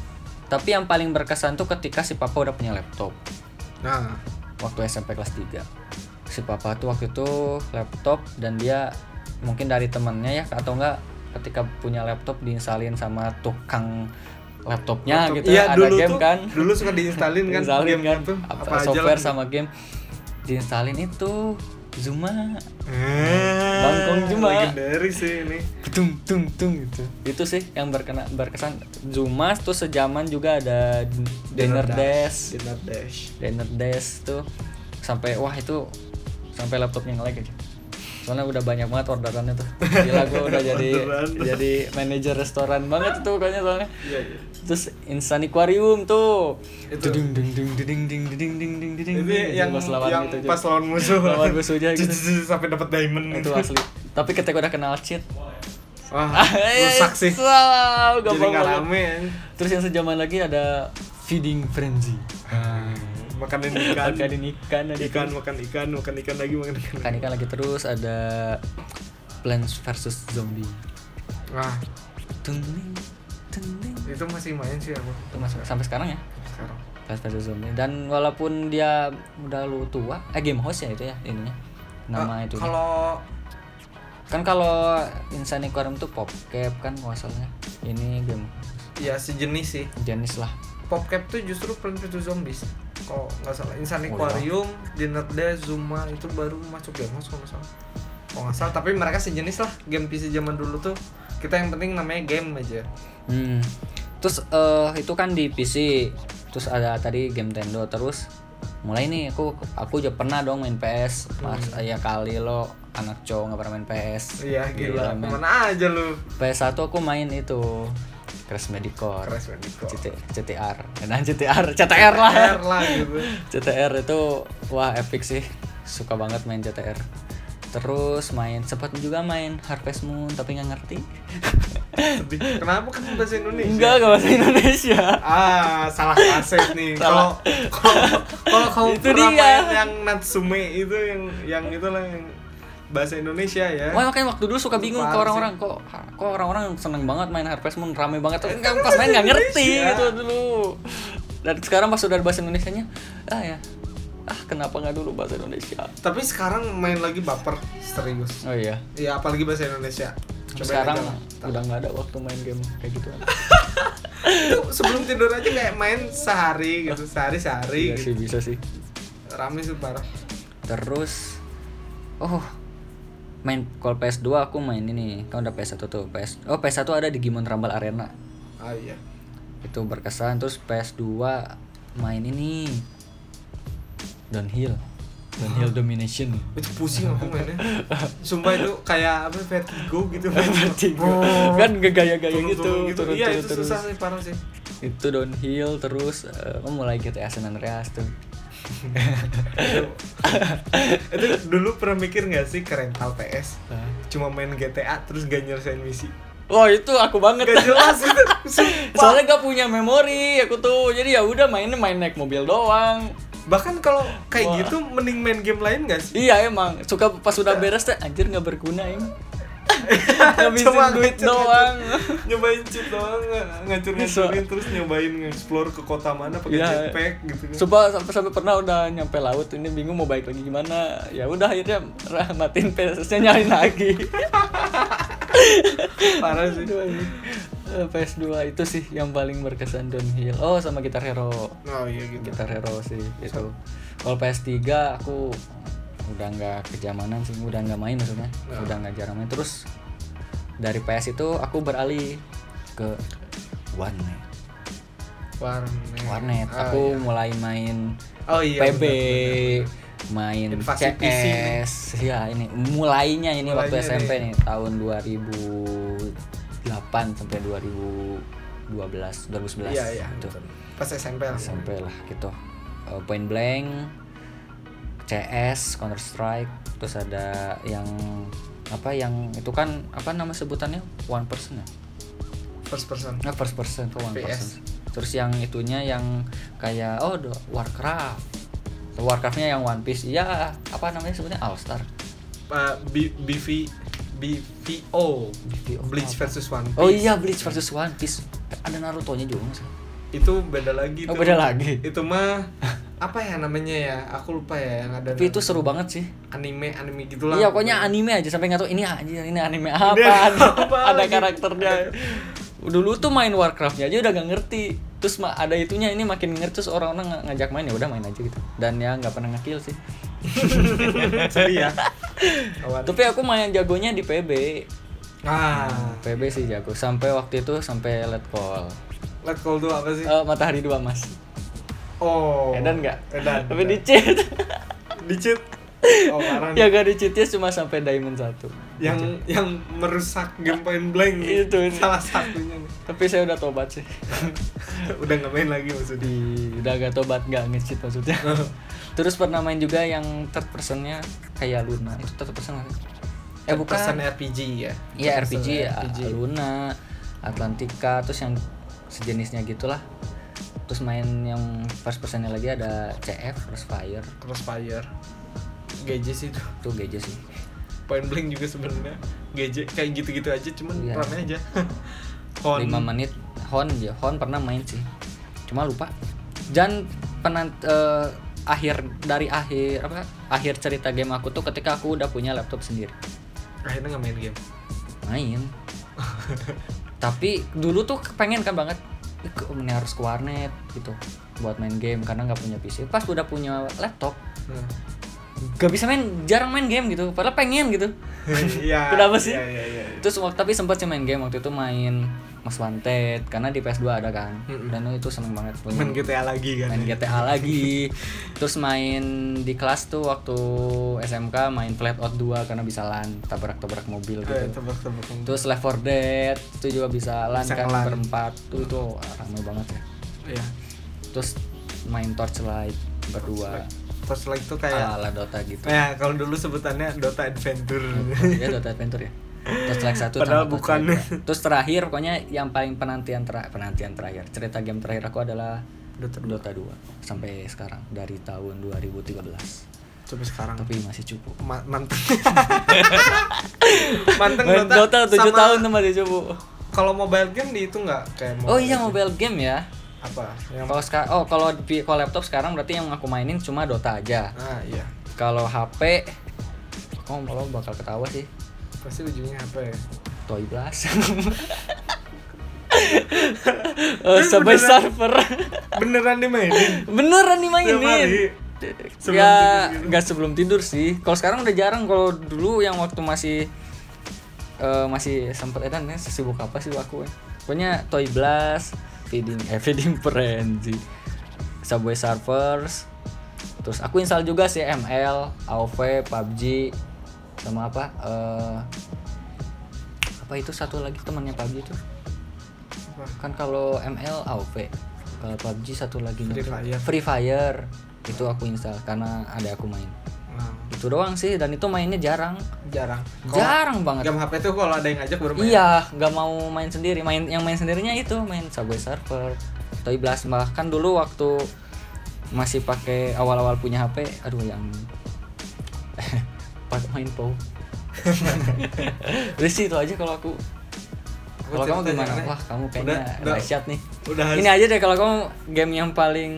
Speaker 1: tapi yang paling berkesan tuh ketika si papa udah punya laptop
Speaker 2: Nah,
Speaker 1: waktu SMP kelas 3 si papa tuh waktu itu laptop dan dia mungkin dari temannya ya atau enggak ketika punya laptop diinsalin sama tukang laptopnya gitu
Speaker 2: iya,
Speaker 1: ada
Speaker 2: dulu
Speaker 1: game
Speaker 2: tuh
Speaker 1: kan
Speaker 2: dulu suka diinstalin kan
Speaker 1: diinsalin kan
Speaker 2: game-game tuh,
Speaker 1: apa,
Speaker 2: apa, aja
Speaker 1: software
Speaker 2: lah. gitu.
Speaker 1: sama game diinsalin itu Zuma
Speaker 2: Eh,
Speaker 1: Bangkong Juma.
Speaker 2: legendaris sih ini.
Speaker 1: tung tung tung gitu itu sih yang berkena berkesan Zuma tuh sejaman juga ada Dinner Dash
Speaker 2: Dinner Dash.
Speaker 1: Dinner Dash tuh sampai wah itu sampai laptopnya nge-lag aja soalnya udah banyak banget orderannya tuh gila gue udah jadi
Speaker 2: Orderan.
Speaker 1: jadi manajer restoran banget tuh kayaknya soalnya
Speaker 2: Iya, iya.
Speaker 1: terus instan aquarium tuh
Speaker 2: Itu.
Speaker 1: ding ding ding ding ding ding ding ding ding
Speaker 2: Ini yang
Speaker 1: pas lawan
Speaker 2: yang
Speaker 1: gitu,
Speaker 2: pas
Speaker 1: Jun.
Speaker 2: lawan musuh.
Speaker 1: Lawan musuhnya gitu.
Speaker 2: sampai dapat diamond
Speaker 1: itu asli Ah, iya, tapi ketika udah kenal cheat
Speaker 2: Wah, rusak sih.
Speaker 1: Wow,
Speaker 2: Jadi
Speaker 1: gampang
Speaker 2: nggak
Speaker 1: banget.
Speaker 2: rame kan.
Speaker 1: Terus yang sejaman lagi ada feeding frenzy.
Speaker 2: Makanin Ah, ikan.
Speaker 1: Makanin ikan ada
Speaker 2: ikan
Speaker 1: terus.
Speaker 2: makan ikan makan ikan lagi makan ikan.
Speaker 1: Makan ikan lagi terus ada Plants versus Zombie.
Speaker 2: Wah,
Speaker 1: Tungling, tungling.
Speaker 2: itu masih main sih aku
Speaker 1: Itu masuk sampai sekarang ya.
Speaker 2: sekarang.
Speaker 1: Plants versus Zombie. Dan walaupun dia udah lu tua, eh game host ya itu ya ininya. Nama
Speaker 2: Eh,
Speaker 1: itu.
Speaker 2: Kalau
Speaker 1: Kan kalau Insane Aquarium tuh popcap kan wasalnya. Ini game
Speaker 2: ya sejenis sih.
Speaker 1: jenis lah.
Speaker 2: Popcap tuh justru Plants vs Zombies. Kalau nggak salah, Insan
Speaker 1: Oh, iya.
Speaker 2: Aquarium, Dinner Dash, Zuma itu baru masuk game house kalau nggak salah. Kalau nggak salah, tapi mereka sejenis lah game PC zaman dulu tuh. Kita yang penting namanya game aja.
Speaker 1: Hmm. Terus eh itu kan di PC. Terus ada tadi game Nintendo terus mulai nih aku aku juga pernah dong main PS. Pas ya kali lo anak cowok nggak pernah main PS.
Speaker 2: Hmm. Iya gila,
Speaker 1: men.
Speaker 2: kemana aja lu?
Speaker 1: PS1 aku main itu Crash Medicore.
Speaker 2: Crash Bandicoot.
Speaker 1: CT CTR. Nah, CTR, CTR lah.
Speaker 2: CTR lah gitu.
Speaker 1: CTR itu wah epic sih. Suka banget main CTR. Terus main sempat juga main Harvest Moon tapi nggak ngerti.
Speaker 2: Sedih. Kenapa kan bahasa Indonesia?
Speaker 1: Enggak, enggak bahasa Indonesia.
Speaker 2: Ah, salah aset nih. Kalau
Speaker 1: Salah.
Speaker 2: kalau kalau kamu
Speaker 1: Itu dia.
Speaker 2: pernah main yang Natsume itu yang yang itulah yang bahasa Indonesia ya.
Speaker 1: Wah makanya waktu dulu suka bingung
Speaker 2: Parah
Speaker 1: kok orang-orang kok kok orang-orang seneng banget main Harvest Moon rame banget tapi kan pas main nggak ngerti
Speaker 2: Indonesia.
Speaker 1: gitu dulu dan sekarang pas udah ada bahasa Indonesia nya ah ya ah kenapa nggak dulu bahasa Indonesia
Speaker 2: Tapi sekarang main lagi baper serius.
Speaker 1: oh iya
Speaker 2: Ya apalagi bahasa Indonesia. Cobain
Speaker 1: sekarang
Speaker 2: aja lah. Iya
Speaker 1: udah nggak ada waktu main game kayak gitu
Speaker 2: Itu sebelum tidur aja kayak main sehari gitu, sehari sehari
Speaker 1: Iya
Speaker 2: gitu.
Speaker 1: sih bisa sih
Speaker 2: Rame sih parah.
Speaker 1: terus oh main kalau PS2 aku main ini kan udah PS1 tuh PS oh PS1 ada Digimon Rumble Arena
Speaker 2: Ah iya.
Speaker 1: itu berkesan terus PS2 main ini downhill downhill domination
Speaker 2: Itu pusing aku mainnya. Sumpah itu kayak apa vertigo gitu.
Speaker 1: Vertigo.
Speaker 2: Oh.
Speaker 1: kan gaya-gaya
Speaker 2: Turun-turun
Speaker 1: gitu turun-turun
Speaker 2: Iya, itu
Speaker 1: terus
Speaker 2: susah sih parah sih.
Speaker 1: itu downhill terus eh, oh, mulai GTA San Andreas tuh
Speaker 2: itu dulu pernah mikir nggak sih ke rental PS cuma main GTA terus gak nyelesain misi
Speaker 1: wah itu aku banget
Speaker 2: gak jelas gitu Sumpah.
Speaker 1: soalnya gak punya memori aku tuh jadi ya udah mainnya main naik mobil doang
Speaker 2: bahkan kalau kayak
Speaker 1: Wah.
Speaker 2: gitu mending main game lain gak sih
Speaker 1: iya emang suka pas udah beres teh anjir nggak berguna ini ngabisin
Speaker 2: Cuma
Speaker 1: duit
Speaker 2: ngacur-ngacur.
Speaker 1: doang
Speaker 2: nyobain cheat doang nga- ngacur-ngacurin terus nyobain explore ke kota mana pakai
Speaker 1: Iya.
Speaker 2: jetpack gitu kan
Speaker 1: Coba sampai sampai pernah udah nyampe laut ini bingung mau balik lagi gimana. Ya udah akhirnya rah- matiin PS-nya nyalain lagi.
Speaker 2: parah sih
Speaker 1: Eh, PS2 itu sih yang paling berkesan downhill. Oh, sama gitar hero.
Speaker 2: oh iya gitu
Speaker 1: Gitar hero sih itu. Kalau PS3 aku udah nggak kejamanan sih, udah nggak main maksudnya.
Speaker 2: Nah.
Speaker 1: Udah nggak jarang main terus dari PS itu aku beralih ke warnet.
Speaker 2: warnet
Speaker 1: Warnet.
Speaker 2: Ah,
Speaker 1: aku
Speaker 2: iya.
Speaker 1: mulai main
Speaker 2: oh iya
Speaker 1: PB
Speaker 2: bener, bener, bener.
Speaker 1: main
Speaker 2: Invasi
Speaker 1: CS.
Speaker 2: PC
Speaker 1: Ya, ini mulainya ini waktu
Speaker 2: Mulainya
Speaker 1: SMP
Speaker 2: nih.
Speaker 1: nih, tahun 2008 sampai 2012, 2011
Speaker 2: Iya, iya.
Speaker 1: gitu.
Speaker 2: Pas SMP lah.
Speaker 1: SMP lah gitu. Eh, point blank, CS, Counter Strike, terus ada yang apa yang itu kan apa nama sebutannya one person ya?
Speaker 2: First person.
Speaker 1: Nggak Nah, first person tuh one
Speaker 2: FPS.
Speaker 1: person. Terus yang itunya yang kayak oh do- Warcraft. Warcraftnya yang One Piece, iya apa namanya sebutnya All Star.
Speaker 2: Uh, B, BV BVO.
Speaker 1: BVO
Speaker 2: Bleach
Speaker 1: apa?
Speaker 2: versus One Piece.
Speaker 1: Oh iya Bleach versus One Piece. Ada Naruto-nya juga nggak sih?
Speaker 2: Itu beda lagi.
Speaker 1: Oh
Speaker 2: tuh.
Speaker 1: beda lagi.
Speaker 2: Itu mah apa ya namanya ya? Aku lupa ya yang ada.
Speaker 1: Tapi itu seru banget sih.
Speaker 2: anime anime gitulah.
Speaker 1: Iya pokoknya anime aja sampai nggak tahu ini anjir ini anime apa
Speaker 2: Ini anime
Speaker 1: ada,
Speaker 2: apa
Speaker 1: ada
Speaker 2: lagi?
Speaker 1: karakternya. Dulu tuh main Warcraftnya aja udah nggak ngerti. Terus ma- ada itunya ini makin ngerti terus orang-orang ng- ngajak main ya udah main aja gitu. Dan ya nggak pernah ngekill sih.
Speaker 2: Sedih ya. Kawan.
Speaker 1: Tapi aku main jagonya di PB.
Speaker 2: Ah,
Speaker 1: PB sih jago. Sampai waktu itu sampai let call.
Speaker 2: let's call tuh apa sih?
Speaker 1: Eh, matahari dua mas.
Speaker 2: oh.
Speaker 1: Edan nggak?
Speaker 2: Edan.
Speaker 1: Tapi di cheat.
Speaker 2: di cheat. Oh, parah nih.
Speaker 1: ya gak di cheatnya cuma sampai diamond satu.
Speaker 2: yang yang merusak game point blank nih.
Speaker 1: Itu, itu.
Speaker 2: salah satunya nih.
Speaker 1: Tapi saya udah tobat sih.
Speaker 2: udah nggak main lagi maksudnya
Speaker 1: di udah agak tobat nggak nge-cheat maksudnya terus pernah main juga yang third personnya kayak Luna itu third person nggak sih? eh bukan
Speaker 2: Pesan RPG ya
Speaker 1: iya
Speaker 2: Pesan
Speaker 1: RPG, ya, Luna Atlantika terus yang sejenisnya gitulah terus main yang first personnya lagi ada CF Crossfire
Speaker 2: Crossfire GJ sih itu
Speaker 1: itu gejo sih
Speaker 2: point blank juga sebenarnya GJ kayak gitu-gitu aja cuman
Speaker 1: Iya.
Speaker 2: rame aja Hon
Speaker 1: 5 menit Hon ya Hon pernah main sih cuma lupa dan penant eh, akhir dari akhir apa akhir cerita game aku tuh ketika aku udah punya laptop sendiri
Speaker 2: akhirnya nggak main game
Speaker 1: main tapi dulu tuh pengen kan banget "Ih, kok ini harus ke warnet gitu buat main game karena nggak punya PC pas udah punya laptop
Speaker 2: Hmm.
Speaker 1: gak bisa main jarang main game gitu padahal pengen gitu
Speaker 2: Iya
Speaker 1: Kenapa sih?
Speaker 2: iya, iya, iya.
Speaker 1: terus waktu tapi sempat sih main game waktu itu main Mas Wanted karena di PS2 ada kan
Speaker 2: Mm-mm.
Speaker 1: dan itu seneng banget punya
Speaker 2: main GTA lagi kan
Speaker 1: main
Speaker 2: ya?
Speaker 1: GTA lagi terus main di kelas tuh waktu SMK main Flat Out 2 karena bisa lan tabrak-tabrak mobil
Speaker 2: Eh,
Speaker 1: gitu
Speaker 2: tebak-tebak
Speaker 1: Terus Left 4 Dead itu juga bisa lan
Speaker 2: Bisa
Speaker 1: kan
Speaker 2: lan.
Speaker 1: berempat tuh itu ramai banget ya.
Speaker 2: Iya.
Speaker 1: Terus main Torchlight berdua
Speaker 2: terus lagi tuh
Speaker 1: ala
Speaker 2: kayak
Speaker 1: ala Dota gitu.
Speaker 2: ya kalau dulu sebutannya Dota Adventure
Speaker 1: ya Dota Adventure ya. Torchlight satu
Speaker 2: Padahal
Speaker 1: sama
Speaker 2: bukan.
Speaker 1: Torchlight dua. Terus terakhir pokoknya yang paling penantian terakhir penantian terakhir cerita game terakhir aku adalah
Speaker 2: Dota
Speaker 1: Dota 2 sampai sekarang dari tahun 2013
Speaker 2: coba sekarang
Speaker 1: tapi masih cukup
Speaker 2: Ma- manteng manteng
Speaker 1: Main Dota 7
Speaker 2: sama-
Speaker 1: tahun tuh masih cukup
Speaker 2: kalau mobile game dihitung nggak kayak
Speaker 1: Oh iya mobile game ya
Speaker 2: apa yang
Speaker 1: Kalau seka- oh kalau di kalau laptop sekarang berarti yang aku mainin cuma Dota aja.
Speaker 2: ah iya
Speaker 1: Kalau HP Oh, lo bakal ketawa sih.
Speaker 2: pasti ujungnya apa ya
Speaker 1: Toy Blast. Eh, Subway Surfer.
Speaker 2: beneran
Speaker 1: Iya.
Speaker 2: dimainin
Speaker 1: Beneran
Speaker 2: Tiap hari.
Speaker 1: dimainin.
Speaker 2: Sebelum
Speaker 1: ya
Speaker 2: tidur gitu.
Speaker 1: nggak sebelum tidur sih. Kalau sekarang udah jarang. Kalau dulu yang waktu masih eh, masih sempet edan ya sesibuk apa sih aku? ya? Pokoknya Toy Blast, Feeding eh, Feeding Frenzy, Subway Surfers. Terus aku install juga sih ML, AoV, PUBG, sama apa? eh, apa itu satu lagi temannya PUBG itu?
Speaker 2: Apa?
Speaker 1: Kan kalau ML AoV, kalau PUBG satu lagi
Speaker 2: Free
Speaker 1: itu-
Speaker 2: Fire.
Speaker 1: Free Fire itu aku install karena ada aku main.
Speaker 2: Nah,
Speaker 1: Itu doang sih dan itu mainnya jarang.
Speaker 2: jarang Kalau
Speaker 1: jarang banget.
Speaker 2: game HP tuh kalau ada yang ngajak baru main
Speaker 1: Iya, nggak mau main sendiri. Main yang main sendirinya itu main Subway Surfer, Toy Blast bahkan dulu waktu masih pakai awal-awal punya HP, aduh yang pakai main POW. Udah sih itu aja kalau aku.
Speaker 2: Aku
Speaker 1: Kalau kamu
Speaker 2: ceritanya
Speaker 1: gimana?
Speaker 2: aneh.
Speaker 1: Wah, kamu kayaknya
Speaker 2: Udah- udah-
Speaker 1: dahsyat nih.
Speaker 2: udah harus
Speaker 1: Ini aja deh kalau kamu game yang paling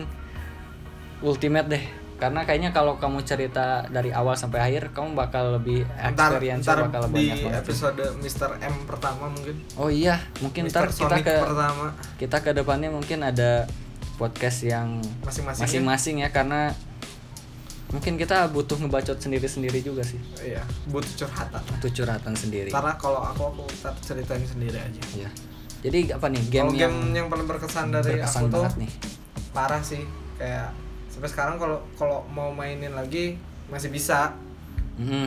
Speaker 1: ultimate deh. Karena kayaknya kalau kamu cerita dari awal sampai akhir, kamu bakal lebih
Speaker 2: ntar,
Speaker 1: experience
Speaker 2: ntar
Speaker 1: bakal
Speaker 2: di
Speaker 1: banyak banget.
Speaker 2: episode Mr. M pertama mungkin
Speaker 1: Oh iya, mungkin ntar
Speaker 2: Mr.
Speaker 1: kita
Speaker 2: Sonic
Speaker 1: ke
Speaker 2: pertama
Speaker 1: kita ke depannya mungkin ada podcast yang
Speaker 2: Masing-masing ya?
Speaker 1: masing-masing ya karena mungkin kita butuh ngebacot sendiri-sendiri juga sih.
Speaker 2: iya butuh curhatan
Speaker 1: Butuh curhatan sendiri.
Speaker 2: karena kalau aku aku ntar ceritain sendiri aja
Speaker 1: Iya. Jadi apa nih game
Speaker 2: kalau
Speaker 1: yang
Speaker 2: game yang paling berkesan dari
Speaker 1: berkesan
Speaker 2: aku tuh
Speaker 1: banget nih?
Speaker 2: parah sih kayak sampai sekarang kalau kalau mau mainin lagi masih bisa
Speaker 1: Mhm.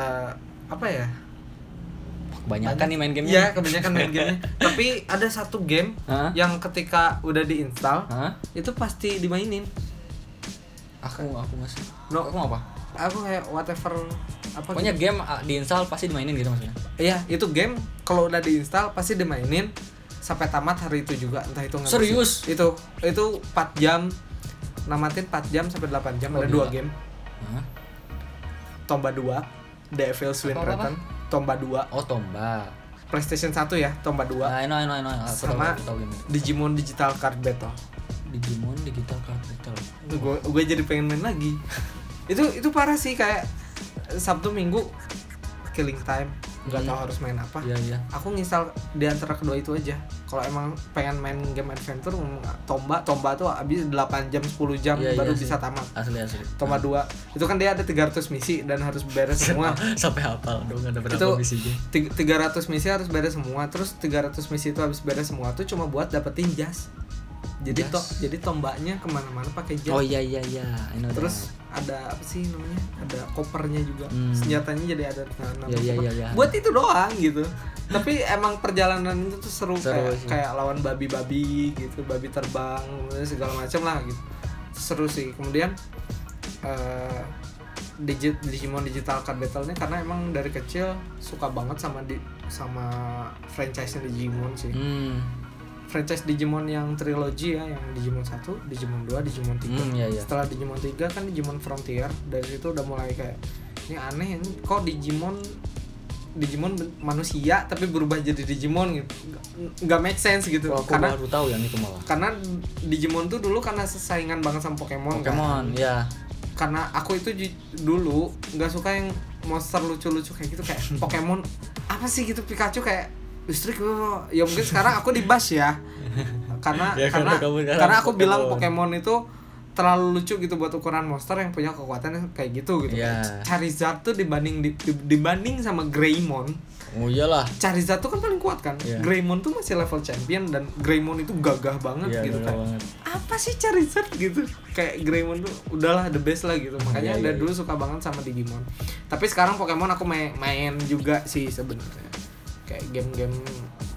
Speaker 2: eh, apa ya
Speaker 1: Kebanyakan kan nih main gamenya.
Speaker 2: Iya kebanyakan main gamenya tapi ada satu game
Speaker 1: Hah?
Speaker 2: yang ketika udah diinstal
Speaker 1: Hah?
Speaker 2: itu pasti dimainin
Speaker 1: Aku aku masih.
Speaker 2: No.
Speaker 1: Aku mau apa?
Speaker 2: aku kayak whatever apa
Speaker 1: Pokoknya game ah, diinstal pasti dimainin gitu maksudnya.
Speaker 2: gitu. iya itu game kalau udah diinstal pasti dimainin sampai tamat hari itu juga entah itu nggak
Speaker 1: Serius?
Speaker 2: bersih. itu itu 4 jam namatin 4 jam sampai 8 jam
Speaker 1: Oh,
Speaker 2: ada
Speaker 1: gila.
Speaker 2: dua game
Speaker 1: Hah?
Speaker 2: Tomba 2 Devil's Win
Speaker 1: Apa, apa,
Speaker 2: Return Tomba 2
Speaker 1: Oh, tombak.
Speaker 2: PlayStation 1 ya Tomba 2
Speaker 1: Nah, I know, I know, I know. Aku tahu,
Speaker 2: Sama-
Speaker 1: aku tahu game ini.
Speaker 2: Digimon Digital Card Battle
Speaker 1: Digimon Digital Card Battle.
Speaker 2: gue gue jadi pengen main lagi itu itu parah sih kayak Sabtu Minggu killing time nggak tahu harus main apa
Speaker 1: Iya, iya.
Speaker 2: aku ngisal di antara kedua itu aja kalau emang pengen main game adventure mm, tomba tomba tuh abis 8 jam 10 jam
Speaker 1: Iya,
Speaker 2: baru
Speaker 1: iya
Speaker 2: bisa
Speaker 1: sih.
Speaker 2: tamat
Speaker 1: Asli asli.
Speaker 2: tomba 2 itu kan dia ada 300 misi dan harus beres semua
Speaker 1: Sampai hafal dong ada berapa
Speaker 2: Itu-
Speaker 1: misinya.
Speaker 2: Ti- 300 misi harus beres semua terus 300 misi itu habis beres semua tuh cuma buat dapetin jas
Speaker 1: Jas.
Speaker 2: jadi to jadi tombaknya kemana-mana pakai jas
Speaker 1: Oh iya iya iya. I know
Speaker 2: terus ada apa sih namanya ada kopernya juga
Speaker 1: Hmm.
Speaker 2: senjatanya jadi ada nah, nama
Speaker 1: Iya, iya,
Speaker 2: koper.
Speaker 1: iya, iya.
Speaker 2: buat itu doang gitu tapi emang perjalanan itu tuh seru,
Speaker 1: Seru
Speaker 2: kayak,
Speaker 1: sih.
Speaker 2: kayak lawan babi-babi gitu babi terbang segala macam lah gitu seru sih kemudian eh, digit Digimon Digital Card Battle-nya karena emang dari kecil suka banget sama di sama franchise-nya Digimon sih
Speaker 1: that. Hmm.
Speaker 2: franchise Digimon yang trilogi ya, yang Digimon 1, Digimon 2, Digimon 3.
Speaker 1: Hmm, iya, iya.
Speaker 2: Setelah Digimon 3 kan Digimon Frontier, dari situ udah mulai kayak ini aneh ini kok Digimon Digimon ben- manusia tapi berubah jadi Digimon gitu. Nggak- Nggak make sense gitu.
Speaker 1: Wah, aku
Speaker 2: karena
Speaker 1: baru tahu yang itu malah.
Speaker 2: karena Digimon tuh dulu karena saingan banget sama Pokemon. kan.
Speaker 1: Pokemon, ya.
Speaker 2: Karena aku itu ju- dulu nggak suka yang monster lucu-lucu kayak gitu kayak Pokemon apa sih gitu Pikachu kayak listrik oh. ya mungkin sekarang aku dibas ya karena
Speaker 1: Ya, karena
Speaker 2: karena karena,
Speaker 1: kamu sekarang
Speaker 2: aku
Speaker 1: Pokemon.
Speaker 2: bilang Pokemon itu terlalu lucu gitu buat ukuran monster yang punya kekuatan kayak gitu gitu
Speaker 1: Iya.
Speaker 2: Charizard tuh dibanding di- di- dibanding sama Greymon
Speaker 1: Oh iyalah.
Speaker 2: Charizard tuh kan paling kuat kan
Speaker 1: Iya.
Speaker 2: Greymon tuh masih level champion dan Greymon itu gagah banget
Speaker 1: Iya,
Speaker 2: gitu
Speaker 1: bener
Speaker 2: kan
Speaker 1: banget.
Speaker 2: apa sih Charizard gitu kayak Greymon tuh udahlah the best lah gitu makanya
Speaker 1: Iya,
Speaker 2: dari
Speaker 1: iya,
Speaker 2: dulu suka banget sama Digimon tapi sekarang Pokemon aku main, main juga sih sebenarnya kayak game-game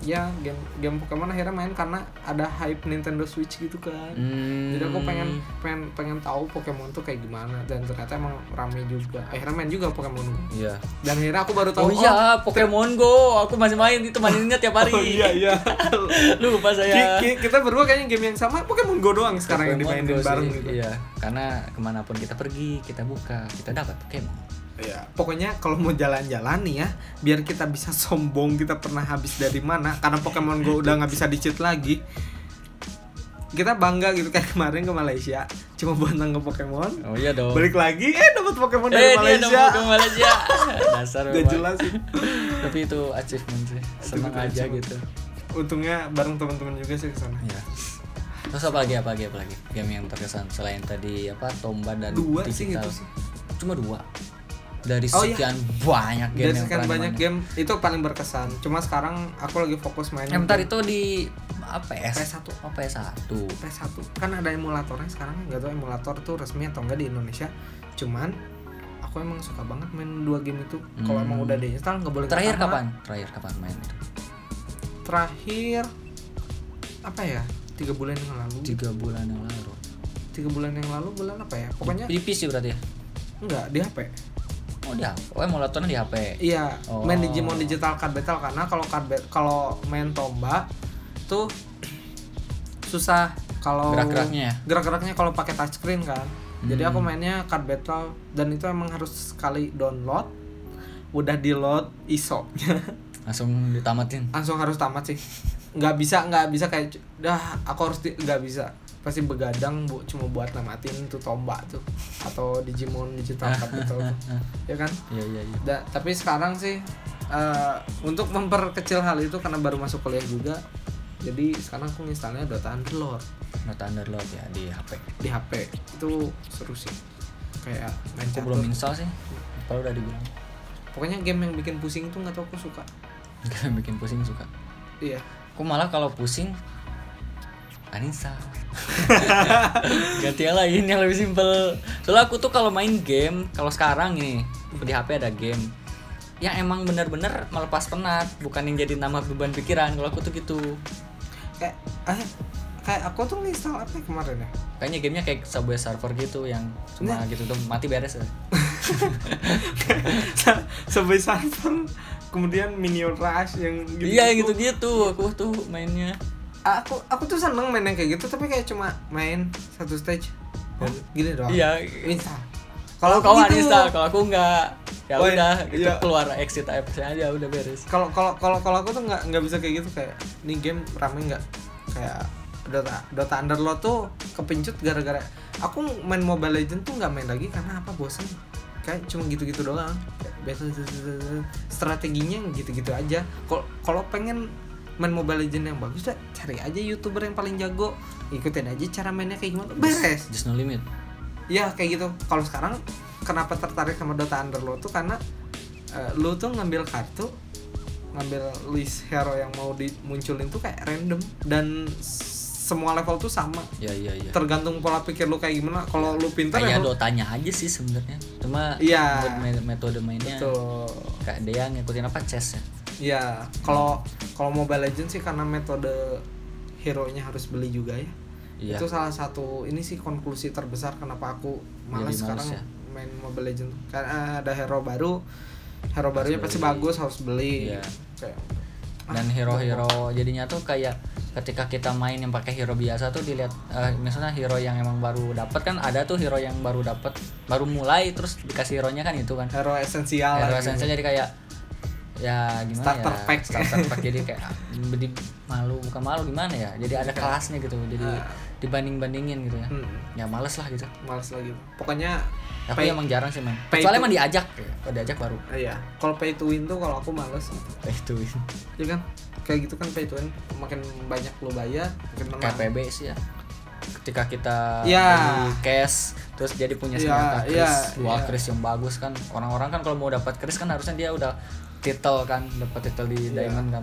Speaker 2: ya game game Pokemon akhirnya main karena ada hype Nintendo Switch gitu kan
Speaker 1: Hmm.
Speaker 2: jadi aku pengen pengen pengen tahu Pokemon tuh kayak gimana dan ternyata emang rame juga akhirnya main juga Pokemon Go
Speaker 1: Iya.
Speaker 2: dan akhirnya aku baru
Speaker 1: Oh,
Speaker 2: tahu
Speaker 1: iya, Pokemon Go. Aku masih main itu maininnya tiap hari.
Speaker 2: oh iya iya
Speaker 1: Lupa saya.
Speaker 2: Ki- ki- kita berdua kayaknya game yang sama Pokemon Go doang sekarang yang
Speaker 1: Pokemon
Speaker 2: dimainin
Speaker 1: Go sih,
Speaker 2: bareng gitu
Speaker 1: Iya, karena kemanapun kita pergi, kita buka, kita dapat Pokemon.
Speaker 2: Ya, pokoknya kalau mau jalan-jalan nih ya, biar kita bisa sombong kita pernah habis dari mana karena Pokemon Go udah nggak bisa dicit lagi. Kita bangga gitu kayak kemarin ke Malaysia cuma buat nangkep Pokemon.
Speaker 1: Oh iya dong.
Speaker 2: Balik lagi eh dapat Pokemon
Speaker 1: eh,
Speaker 2: dari
Speaker 1: dia udah
Speaker 2: Malaysia.
Speaker 1: mau ke Malaysia. Dasar
Speaker 2: Gak
Speaker 1: memang.
Speaker 2: jelas sih.
Speaker 1: Tapi itu achievement sih. Seneng
Speaker 2: betul
Speaker 1: aja
Speaker 2: achievement.
Speaker 1: gitu.
Speaker 2: Untungnya bareng teman-teman juga sih ke sana.
Speaker 1: Iya. Terus apa lagi apa lagi apa lagi game yang terkesan selain tadi apa Tomba dan
Speaker 2: Dua sih
Speaker 1: digital.
Speaker 2: gitu sih.
Speaker 1: Cuma dua. Dari
Speaker 2: Oh, iya.
Speaker 1: sekian banyak game
Speaker 2: Dari
Speaker 1: yang
Speaker 2: sekian
Speaker 1: pernah
Speaker 2: kan banyak
Speaker 1: dimainin.
Speaker 2: game itu paling berkesan. Cuma sekarang aku lagi fokus main
Speaker 1: Eh, bentar itu di apa ya?
Speaker 2: PS1.
Speaker 1: Oh, PS1.
Speaker 2: PS1 kan ada emulatornya sekarang nggak tahu emulator tuh resmi atau enggak di Indonesia cuman aku emang suka banget main dua game itu kalau
Speaker 1: Hmm.
Speaker 2: emang udah diinstal nggak boleh
Speaker 1: Terakhir
Speaker 2: kemana-mana.
Speaker 1: kapan? Terakhir kapan main itu?
Speaker 2: terakhir apa ya tiga bulan yang lalu
Speaker 1: Tiga bulan yang lalu.
Speaker 2: tiga bulan yang lalu bulan apa ya pokoknya
Speaker 1: Di PC berarti ya?
Speaker 2: enggak di HP
Speaker 1: Oh di HP. Oh emulatornya di HP.
Speaker 2: iya
Speaker 1: Oh.
Speaker 2: main Digimon Digital Card Battle karena kalau card bat- kalau main tomba tuh susah kalau
Speaker 1: Gerak-geraknya ya.
Speaker 2: gerak-geraknya kalau pakai touchscreen kan jadi aku mainnya card battle dan itu emang harus sekali download udah di load isopnya
Speaker 1: Langsung ditamatin.
Speaker 2: langsung harus tamat sih nggak bisa nggak bisa kayak "C- dah aku harus di- nggak bisa pasti begadang bu cuma buat namatin tuh tombak tuh atau Digimon digital card battle tuh. ya kan
Speaker 1: Iya iya iya.
Speaker 2: Da- tapi sekarang sih eh, untuk memperkecil hal itu karena baru masuk kuliah juga jadi sekarang aku installnya Dota Underlord
Speaker 1: Not underload ya di HP.
Speaker 2: di HP itu seru sih kayak main
Speaker 1: Aku
Speaker 2: catur.
Speaker 1: belum install sih. Kalau udah dibilang.
Speaker 2: pokoknya game yang bikin pusing itu nggak tau aku suka
Speaker 1: Gak bikin pusing suka.
Speaker 2: iya
Speaker 1: Aku malah kalau pusing uninstall ganti yang lain yang lebih simpel soalnya aku tuh kalau main game kalau sekarang ini di HP ada game yang emang bener-bener melepas penat bukan yang jadi nama beban pikiran kalau aku tuh gitu
Speaker 2: kayak eh, kayak aku tuh install apa ya kemarin ya
Speaker 1: kayaknya gamenya kayak Subway Surfer gitu yang cuma
Speaker 2: Nah.
Speaker 1: gitu tuh mati beres ya.
Speaker 2: sampai Surfer kemudian Minion Rush yang Ah,
Speaker 1: iya yang gitu-gitu aku tuh mainnya
Speaker 2: aku aku tuh seneng main yang kayak gitu tapi kayak cuma main satu stage dan gini doang
Speaker 1: Iya.
Speaker 2: Nah, install
Speaker 1: kalau kau
Speaker 2: kalau gitu. kawan
Speaker 1: uninstall kalau aku enggak ya
Speaker 2: Oh,
Speaker 1: udah gitu
Speaker 2: iya.
Speaker 1: keluar exit appsnya aja udah beres
Speaker 2: kalau kalau kalau kalau aku tuh nggak nggak bisa kayak gitu kayak ini game rame nggak kayak Dota Dota Underlord tuh kepincut gara-gara aku main Mobile Legend tuh nggak main lagi karena apa bosen kayak cuma gitu-gitu doang Kayak biasa strateginya gitu-gitu aja kalau kalau pengen main Mobile Legend yang bagus dah cari aja youtuber yang paling jago ikutin aja cara mainnya kayak gimana beres
Speaker 1: just no limit
Speaker 2: ya kayak gitu kalau sekarang kenapa tertarik sama Dota Underlord tuh karena eh, lu tuh ngambil kartu ngambil list hero yang mau dimunculin tuh kayak random dan s- semua level tuh sama
Speaker 1: ya iya iya
Speaker 2: tergantung pola pikir lu kayak gimana kalau lu pintar ya
Speaker 1: kayak
Speaker 2: lu-
Speaker 1: dotanya aja sih sebenarnya cuma
Speaker 2: Iya.
Speaker 1: buat me- metode mainnya
Speaker 2: Betul.
Speaker 1: kayak dia ngikutin apa chess ya
Speaker 2: ya kalau kalau Mobile Legends sih karena metode hero nya harus beli juga ya
Speaker 1: Iya.
Speaker 2: itu salah satu ini sih konklusi terbesar kenapa aku
Speaker 1: Jadi
Speaker 2: malas
Speaker 1: males
Speaker 2: sekarang
Speaker 1: ya.
Speaker 2: main Mobile Legends karena ada hero baru hero barunya pasti
Speaker 1: beli.
Speaker 2: bagus harus beli
Speaker 1: Iya.
Speaker 2: kayak
Speaker 1: dan hero-hero jadinya tuh kayak ketika kita main yang pakai hero biasa tuh dilihat eh, misalnya hero yang emang baru dapat kan ada tuh hero yang baru dapat baru mulai terus dikasih hero nya kan itu kan
Speaker 2: hero esensial
Speaker 1: hero
Speaker 2: lah
Speaker 1: esensial
Speaker 2: gitu.
Speaker 1: jadi kayak ya gimana
Speaker 2: Starter
Speaker 1: ya
Speaker 2: pack.
Speaker 1: starter pack jadi kayak jadi malu bukan malu gimana ya jadi ada kelasnya gitu jadi
Speaker 2: Iya. Ah.
Speaker 1: dibanding bandingin gitu ya
Speaker 2: Hmm,
Speaker 1: ya males lah gitu
Speaker 2: males lagi pokoknya
Speaker 1: aku
Speaker 2: pay-
Speaker 1: emang jarang sih main
Speaker 2: pay
Speaker 1: kecuali
Speaker 2: to-
Speaker 1: emang diajak ya. kalau diajak baru
Speaker 2: Ah, iya kalau pay to win tuh kalau aku males
Speaker 1: itu
Speaker 2: ya kan kayak gitu kan pay to win makin banyak lu bayar makin menang
Speaker 1: KPB sih ya ketika kita
Speaker 2: Ya.
Speaker 1: beli cash terus jadi punya
Speaker 2: Ya,
Speaker 1: senjata
Speaker 2: ya,
Speaker 1: kris dua
Speaker 2: ya.
Speaker 1: kris yang bagus kan orang-orang kan kalau mau dapat kris kan harusnya dia udah title kan dapat title di
Speaker 2: Ya.
Speaker 1: diamond kan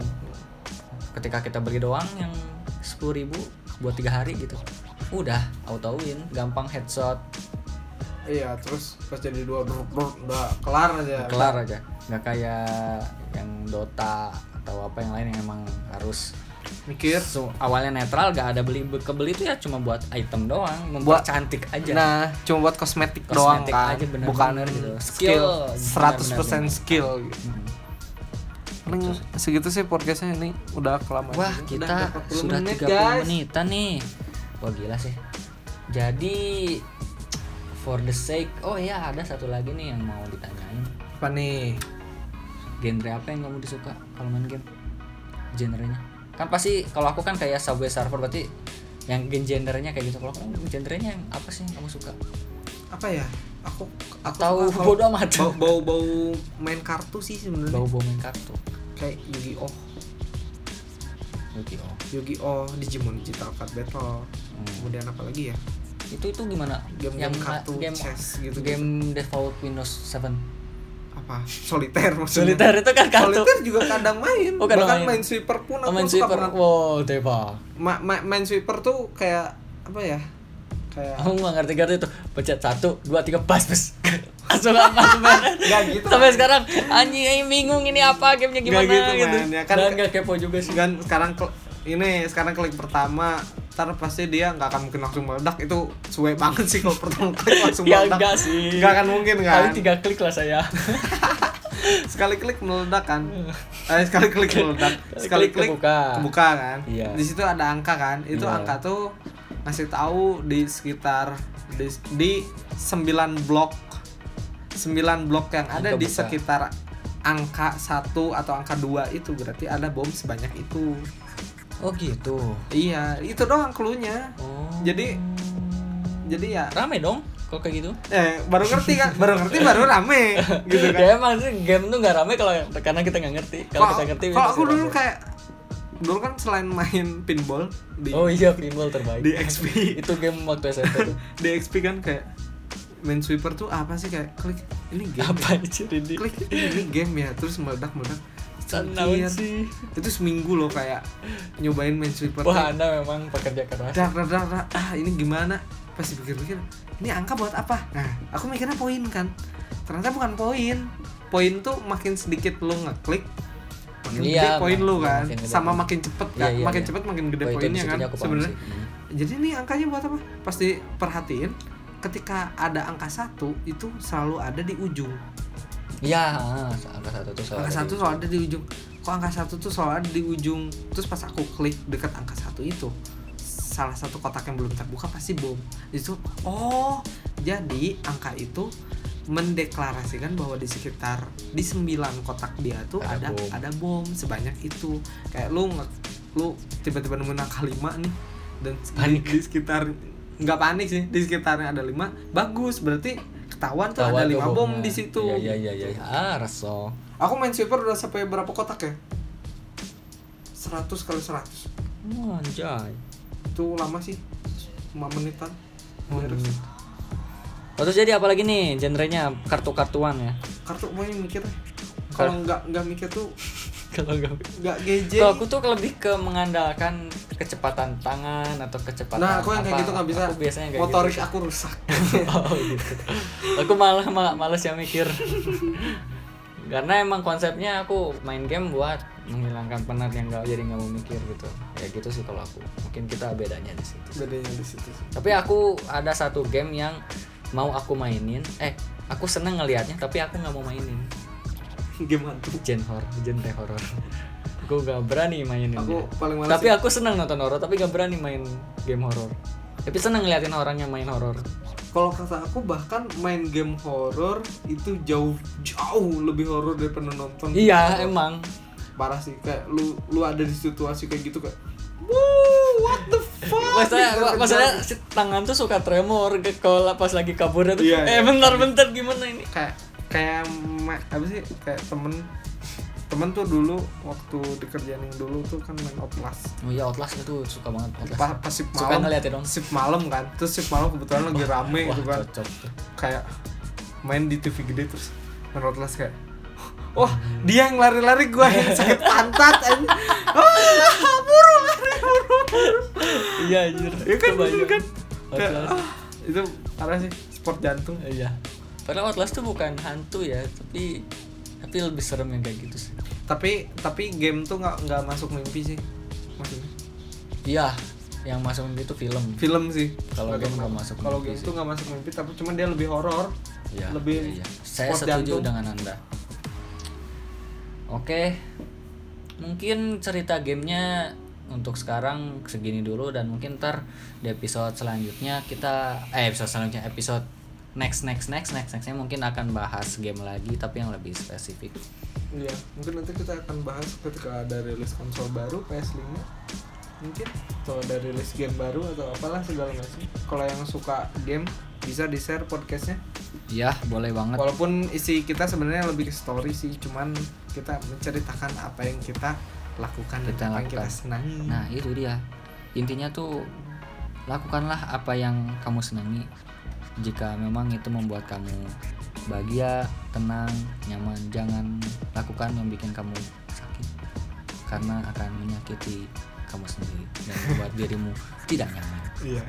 Speaker 1: ketika kita beli doang yang sepuluh ribu buat tiga hari gitu udah auto win gampang headshot
Speaker 2: iya terus pas jadi dua bruk, bruk, udah kelar aja
Speaker 1: kelar aja nggak kayak yang Dota atau apa yang lain yang emang harus
Speaker 2: mikir
Speaker 1: So, awalnya netral gak ada beli kebeli itu ya cuma buat item doang membuat cantik aja
Speaker 2: Nah, cuma buat kosmetik, doang
Speaker 1: Kosmetik
Speaker 2: kan.
Speaker 1: aja bener-bener
Speaker 2: Bukan
Speaker 1: gitu.
Speaker 2: skill,
Speaker 1: Skill,
Speaker 2: 100%
Speaker 1: bener-bener.
Speaker 2: skill gitu.
Speaker 1: Hmm.
Speaker 2: Paling segitu sih podcastnya ini udah kelamaan.
Speaker 1: Wah,
Speaker 2: juga.
Speaker 1: kita
Speaker 2: Udah ada 40
Speaker 1: sudah 30
Speaker 2: guys.
Speaker 1: menitan nih. Wah, gila sih. Jadi for the sake oh ya ada satu lagi nih yang mau ditanyain.
Speaker 2: Apa nih?
Speaker 1: Genre apa yang kamu disuka kalau main game? Genrenya. Kan pasti kalau aku kan kayak Subway Surfer berarti yang gen- genrenya kayak gitu. Kalau kamu genrenya yang apa sih yang kamu suka?
Speaker 2: Apa ya? Aku aku
Speaker 1: Atau
Speaker 2: suka
Speaker 1: bodo amat.
Speaker 2: bau, bau bau main kartu sih sebenarnya.
Speaker 1: Bau-bau main kartu.
Speaker 2: Kayak Yu-Gi-Oh,
Speaker 1: Oke, oh.
Speaker 2: Yu-Gi-Oh, Digimon Digital Card Battle.
Speaker 1: Hmm.
Speaker 2: Kemudian apa lagi ya?
Speaker 1: Itu itu gimana?
Speaker 2: Game
Speaker 1: yang
Speaker 2: game kartu
Speaker 1: game
Speaker 2: chess gitu.
Speaker 1: game default Windows 7.
Speaker 2: apa? Solitaire maksudnya.
Speaker 1: Solitaire itu kan kartu.
Speaker 2: Solitaire juga kadang main.
Speaker 1: Oh, kadang
Speaker 2: Bahkan
Speaker 1: main. Oh,
Speaker 2: main. sweeper pun Kan aku
Speaker 1: Main
Speaker 2: suka
Speaker 1: sweeper.
Speaker 2: banget.
Speaker 1: Wow, tebak.
Speaker 2: ma ma main sweeper tuh kayak apa ya kayak
Speaker 1: Aku nggak ngerti ngerti itu pencet satu dua tiga pas pas langsung apa
Speaker 2: Nggak gitu,
Speaker 1: sampai
Speaker 2: man.
Speaker 1: sekarang anjing anjing bingung ini apa gamenya
Speaker 2: Nggak
Speaker 1: gimana
Speaker 2: gitu,
Speaker 1: gitu,
Speaker 2: man. Ya kan-
Speaker 1: dan nggak kepo juga sih
Speaker 2: kan sekarang klik- ini sekarang klik pertama ntar pasti dia nggak akan mungkin langsung meledak itu suwe banget sih kalau pertama klik langsung
Speaker 1: ya
Speaker 2: meledak
Speaker 1: enggak sih
Speaker 2: Nggak akan mungkin kan
Speaker 1: paling tiga klik lah saya
Speaker 2: sekali klik meledak kan eh, sekali klik meledak
Speaker 1: Sekali
Speaker 2: sekali klik
Speaker 1: Hmm. klik kebuka.
Speaker 2: kan
Speaker 1: Iya.
Speaker 2: di situ ada angka kan itu
Speaker 1: Iya.
Speaker 2: angka tuh ngasih tahu di sekitar di, di 9 blok 9 blok yang ada
Speaker 1: Angka
Speaker 2: di
Speaker 1: buka.
Speaker 2: sekitar angka 1 atau angka 2 itu berarti ada bom sebanyak itu
Speaker 1: oh gitu
Speaker 2: iya itu doang cluenya
Speaker 1: oh
Speaker 2: Jadi- jadi ya
Speaker 1: rame dong kok kayak gitu
Speaker 2: eh baru ngerti kan baru ngerti baru rame gitu kan
Speaker 1: ya emang sih game tuh nggak rame kalau karena kita nggak ngerti kalau kita ngerti
Speaker 2: kalau aku
Speaker 1: pasti
Speaker 2: dulu
Speaker 1: rame.
Speaker 2: kayak dulu kan selain main pinball di
Speaker 1: oh iya pinball terbaik
Speaker 2: di XP
Speaker 1: itu game waktu SMP tuh
Speaker 2: di XP kan kayak main sweeper tuh apa sih kayak klik ini game ya?
Speaker 1: apa ciri
Speaker 2: klik ini game ya terus meledak meledak
Speaker 1: alasan naon
Speaker 2: Iya.
Speaker 1: sih
Speaker 2: itu seminggu loh kayak nyobain main sweeper tuh.
Speaker 1: wah anda memang pekerja keras
Speaker 2: dar dar dar dar. ah ini gimana pasti pikir-pikir ini angka buat apa nah aku mikirnya poin kan ternyata bukan poin poin tuh makin sedikit lo ngeklik makin
Speaker 1: Iya,
Speaker 2: gede poin
Speaker 1: mak-
Speaker 2: lo
Speaker 1: iya,
Speaker 2: kan
Speaker 1: makin gede
Speaker 2: sama
Speaker 1: poin.
Speaker 2: makin cepet
Speaker 1: Iya,
Speaker 2: kan
Speaker 1: iya,
Speaker 2: makin
Speaker 1: iya.
Speaker 2: cepet makin gede
Speaker 1: Wah, itu
Speaker 2: poinnya kan
Speaker 1: disitunya aku paham
Speaker 2: sebenarnya
Speaker 1: sih. Hmm.
Speaker 2: jadi ini angkanya buat apa pasti perhatiin ketika ada angka satu itu selalu ada di ujung
Speaker 1: Iya, ah, angka satu tuh soal
Speaker 2: angka
Speaker 1: dari-
Speaker 2: satu selalu ada di ujung kok angka satu tuh selalu ada di ujung terus pas aku klik dekat angka satu itu salah satu kotak yang belum terbuka pasti bom itu oh jadi angka itu mendeklarasikan bahwa di sekitar di sembilan kotak dia tuh
Speaker 1: Ada
Speaker 2: ada ada
Speaker 1: bom.
Speaker 2: bom, sebanyak itu kayak lu nge- lu tiba-tiba nemu angka lima nih dan di-
Speaker 1: Panik.
Speaker 2: di, sekitar nggak panik sih di sekitarnya ada lima bagus berarti ketahuan tuh
Speaker 1: Tawa
Speaker 2: ada
Speaker 1: tuh
Speaker 2: lima bom
Speaker 1: bomnya.
Speaker 2: di situ
Speaker 1: Iya, iya, iya, iya. Ah, reso.
Speaker 2: Aku main sweeper udah sampai berapa kotak ya? 100 kali 100
Speaker 1: Wah, Anjay.
Speaker 2: Itu lama sih 5 menitan
Speaker 1: Oh,
Speaker 2: Beres.
Speaker 1: iya. Oh, terus jadi apalagi nih genrenya kartu-kartuan ya?
Speaker 2: Kartu mau yang mikir ya?
Speaker 1: Kar-
Speaker 2: Kalau nggak nggak mikir tuh
Speaker 1: Kalau nggak
Speaker 2: nggak geje
Speaker 1: Tuh, aku tuh lebih ke mengandalkan kecepatan tangan atau kecepatan
Speaker 2: Nah aku yang kayak
Speaker 1: apa.
Speaker 2: gitu nggak bisa
Speaker 1: Aku biasanya kayak
Speaker 2: Motorik
Speaker 1: gitu.
Speaker 2: aku rusak
Speaker 1: Oh, gitu. Aku malah ma- males ya mikir. Karena emang konsepnya aku main game buat menghilangkan penat yang nggak jadi nggak mau mikir gitu. Ya gitu sih kalau aku. Mungkin kita bedanya di situ.
Speaker 2: Bedanya di situ sih
Speaker 1: Tapi aku ada satu game yang mau aku mainin. Eh, aku seneng ngelihatnya tapi aku nggak mau mainin.
Speaker 2: Game hantu
Speaker 1: Gen horror, genre horror. Aku gak berani mainin.
Speaker 2: Aku paling males
Speaker 1: Iya, tapi
Speaker 2: sih.
Speaker 1: aku seneng nonton horor tapi gak berani main game horor. Tapi seneng ngeliatin orangnya main horor.
Speaker 2: Kalau kata aku bahkan main game horor itu jauh jauh lebih horor daripada nonton
Speaker 1: Iya, emang.
Speaker 2: parah sih kayak lu lu ada di situasi kayak gitu kayak Wuh, what the fuck? Gitu,
Speaker 1: Masalah,
Speaker 2: Dikejar-kejar.
Speaker 1: masalah si tangan tuh suka tremor ke kalau pas lagi kaburnya tuh.
Speaker 2: Iya,
Speaker 1: eh
Speaker 2: iya.
Speaker 1: bentar-bentar gimana ini?
Speaker 2: kayak kayak ma- apa sih kayak temen temen tuh dulu waktu di kerjaan yang dulu tuh kan main oplas
Speaker 1: Oh iya Outlast itu suka banget Outlast.
Speaker 2: pas pas shift
Speaker 1: suka
Speaker 2: malam
Speaker 1: ngeliatin dong.
Speaker 2: shift malam kan terus shift malam kebetulan lagi rame
Speaker 1: Wah,
Speaker 2: gitu kan
Speaker 1: cocok.
Speaker 2: kayak main di TV gede terus main oplas kayak wah dia yang lari-lari gua yang sakit pantat aja ah buru lari buru buru
Speaker 1: Iya, anjir.
Speaker 2: ya kan bener
Speaker 1: Kebayang.
Speaker 2: kan Kayak,
Speaker 1: Outlast.
Speaker 2: ah, itu parah sih sport jantung
Speaker 1: Iya. Padahal Outlast tuh bukan hantu ya, tapi tapi lebih serem yang kayak gitu sih.
Speaker 2: tapi tapi game tuh nggak nggak masuk mimpi sih maksudnya
Speaker 1: Iya, yang masuk mimpi itu film.
Speaker 2: film sih
Speaker 1: Kalau
Speaker 2: Nggak
Speaker 1: game
Speaker 2: tahu
Speaker 1: nggak
Speaker 2: kenapa.
Speaker 1: masuk
Speaker 2: kalau
Speaker 1: mimpi
Speaker 2: game
Speaker 1: sih.
Speaker 2: tuh nggak masuk mimpi tapi cuman dia lebih horor
Speaker 1: Iya.
Speaker 2: lebih
Speaker 1: iya, iya. Saya
Speaker 2: sport
Speaker 1: setuju
Speaker 2: jantung.
Speaker 1: dengan Anda. Oke. Mungkin cerita gamenya untuk sekarang segini dulu dan mungkin ntar di episode selanjutnya kita eh episode selanjutnya episode next next next next nextnya mungkin akan bahas game lagi tapi yang lebih spesifik
Speaker 2: iya mungkin nanti kita akan bahas ketika ada rilis konsol baru PS5 mungkin atau ada rilis game baru atau apalah segala macam kalau yang suka game bisa di share podcastnya Iya,
Speaker 1: ya boleh banget
Speaker 2: walaupun isi kita sebenarnya lebih ke story sih cuman kita menceritakan apa yang kita lakukan dan
Speaker 1: Kita
Speaker 2: apa yang
Speaker 1: lakukan.
Speaker 2: kita senangi
Speaker 1: Nah itu dia Intinya tuh Lakukanlah apa yang kamu senangi Jika memang itu membuat kamu Bahagia, tenang, nyaman Jangan lakukan yang bikin kamu sakit Karena akan menyakiti kamu sendiri Dan membuat dirimu tidak nyaman
Speaker 2: iya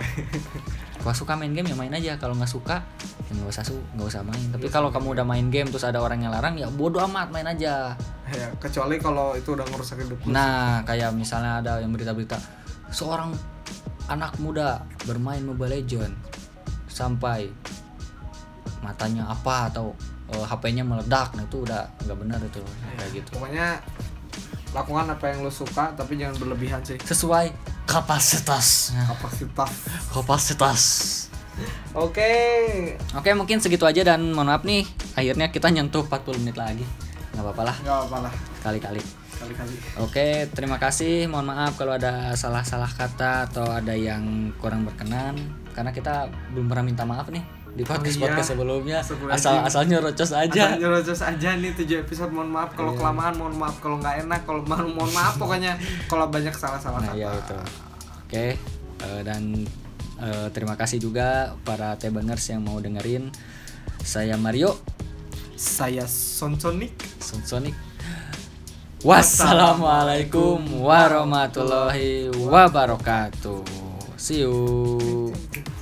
Speaker 1: kalau suka main game ya main aja kalau nggak suka ya nggak usah su- nggak usah main tapi kalau kamu udah main game terus ada orang yang larang ya bodoh amat main aja
Speaker 2: ya kecuali kalau itu udah ngerusak hidup lu.
Speaker 1: Nah, kayak misalnya ada yang berita-berita seorang anak muda bermain Mobile Legend sampai matanya apa atau eh, HP-nya meledak. Nah, itu udah nggak benar itu
Speaker 2: Iya.
Speaker 1: kayak gitu.
Speaker 2: Ya. pokoknya lakukan apa yang lo suka tapi jangan berlebihan sih
Speaker 1: Sesuai kapasitas. Nah,
Speaker 2: kapasitas
Speaker 1: Kapasitas.
Speaker 2: oke
Speaker 1: Oke, mungkin segitu aja dan mohon maaf nih, akhirnya kita nyentuh 40 menit lagi. nggak apa-apa lah,
Speaker 2: nggak apa-apa lah
Speaker 1: kali-kali.
Speaker 2: kali-kali
Speaker 1: Oke, terima kasih. Mohon maaf kalau ada salah-salah kata atau ada yang kurang berkenan karena kita belum pernah minta maaf nih di podcast podcast
Speaker 2: iya.
Speaker 1: sebelumnya.
Speaker 2: Sebelum
Speaker 1: Asal
Speaker 2: ini.
Speaker 1: asal nyerocos aja. Iya.
Speaker 2: aja nyerocos aja nih 7 episode mohon maaf kalau kelamaan mohon maaf kalau nggak enak kalau mau mohon maaf pokoknya kalau banyak salah-salah
Speaker 1: Nah,
Speaker 2: kata
Speaker 1: ya itu. Oke, eh, dan eh, terima kasih juga para Tebangers yang mau dengerin. Saya Mario
Speaker 2: saya Sonsonik
Speaker 1: Son- Sonic. Wassalamualaikum warahmatullahi wabarakatuh. See you.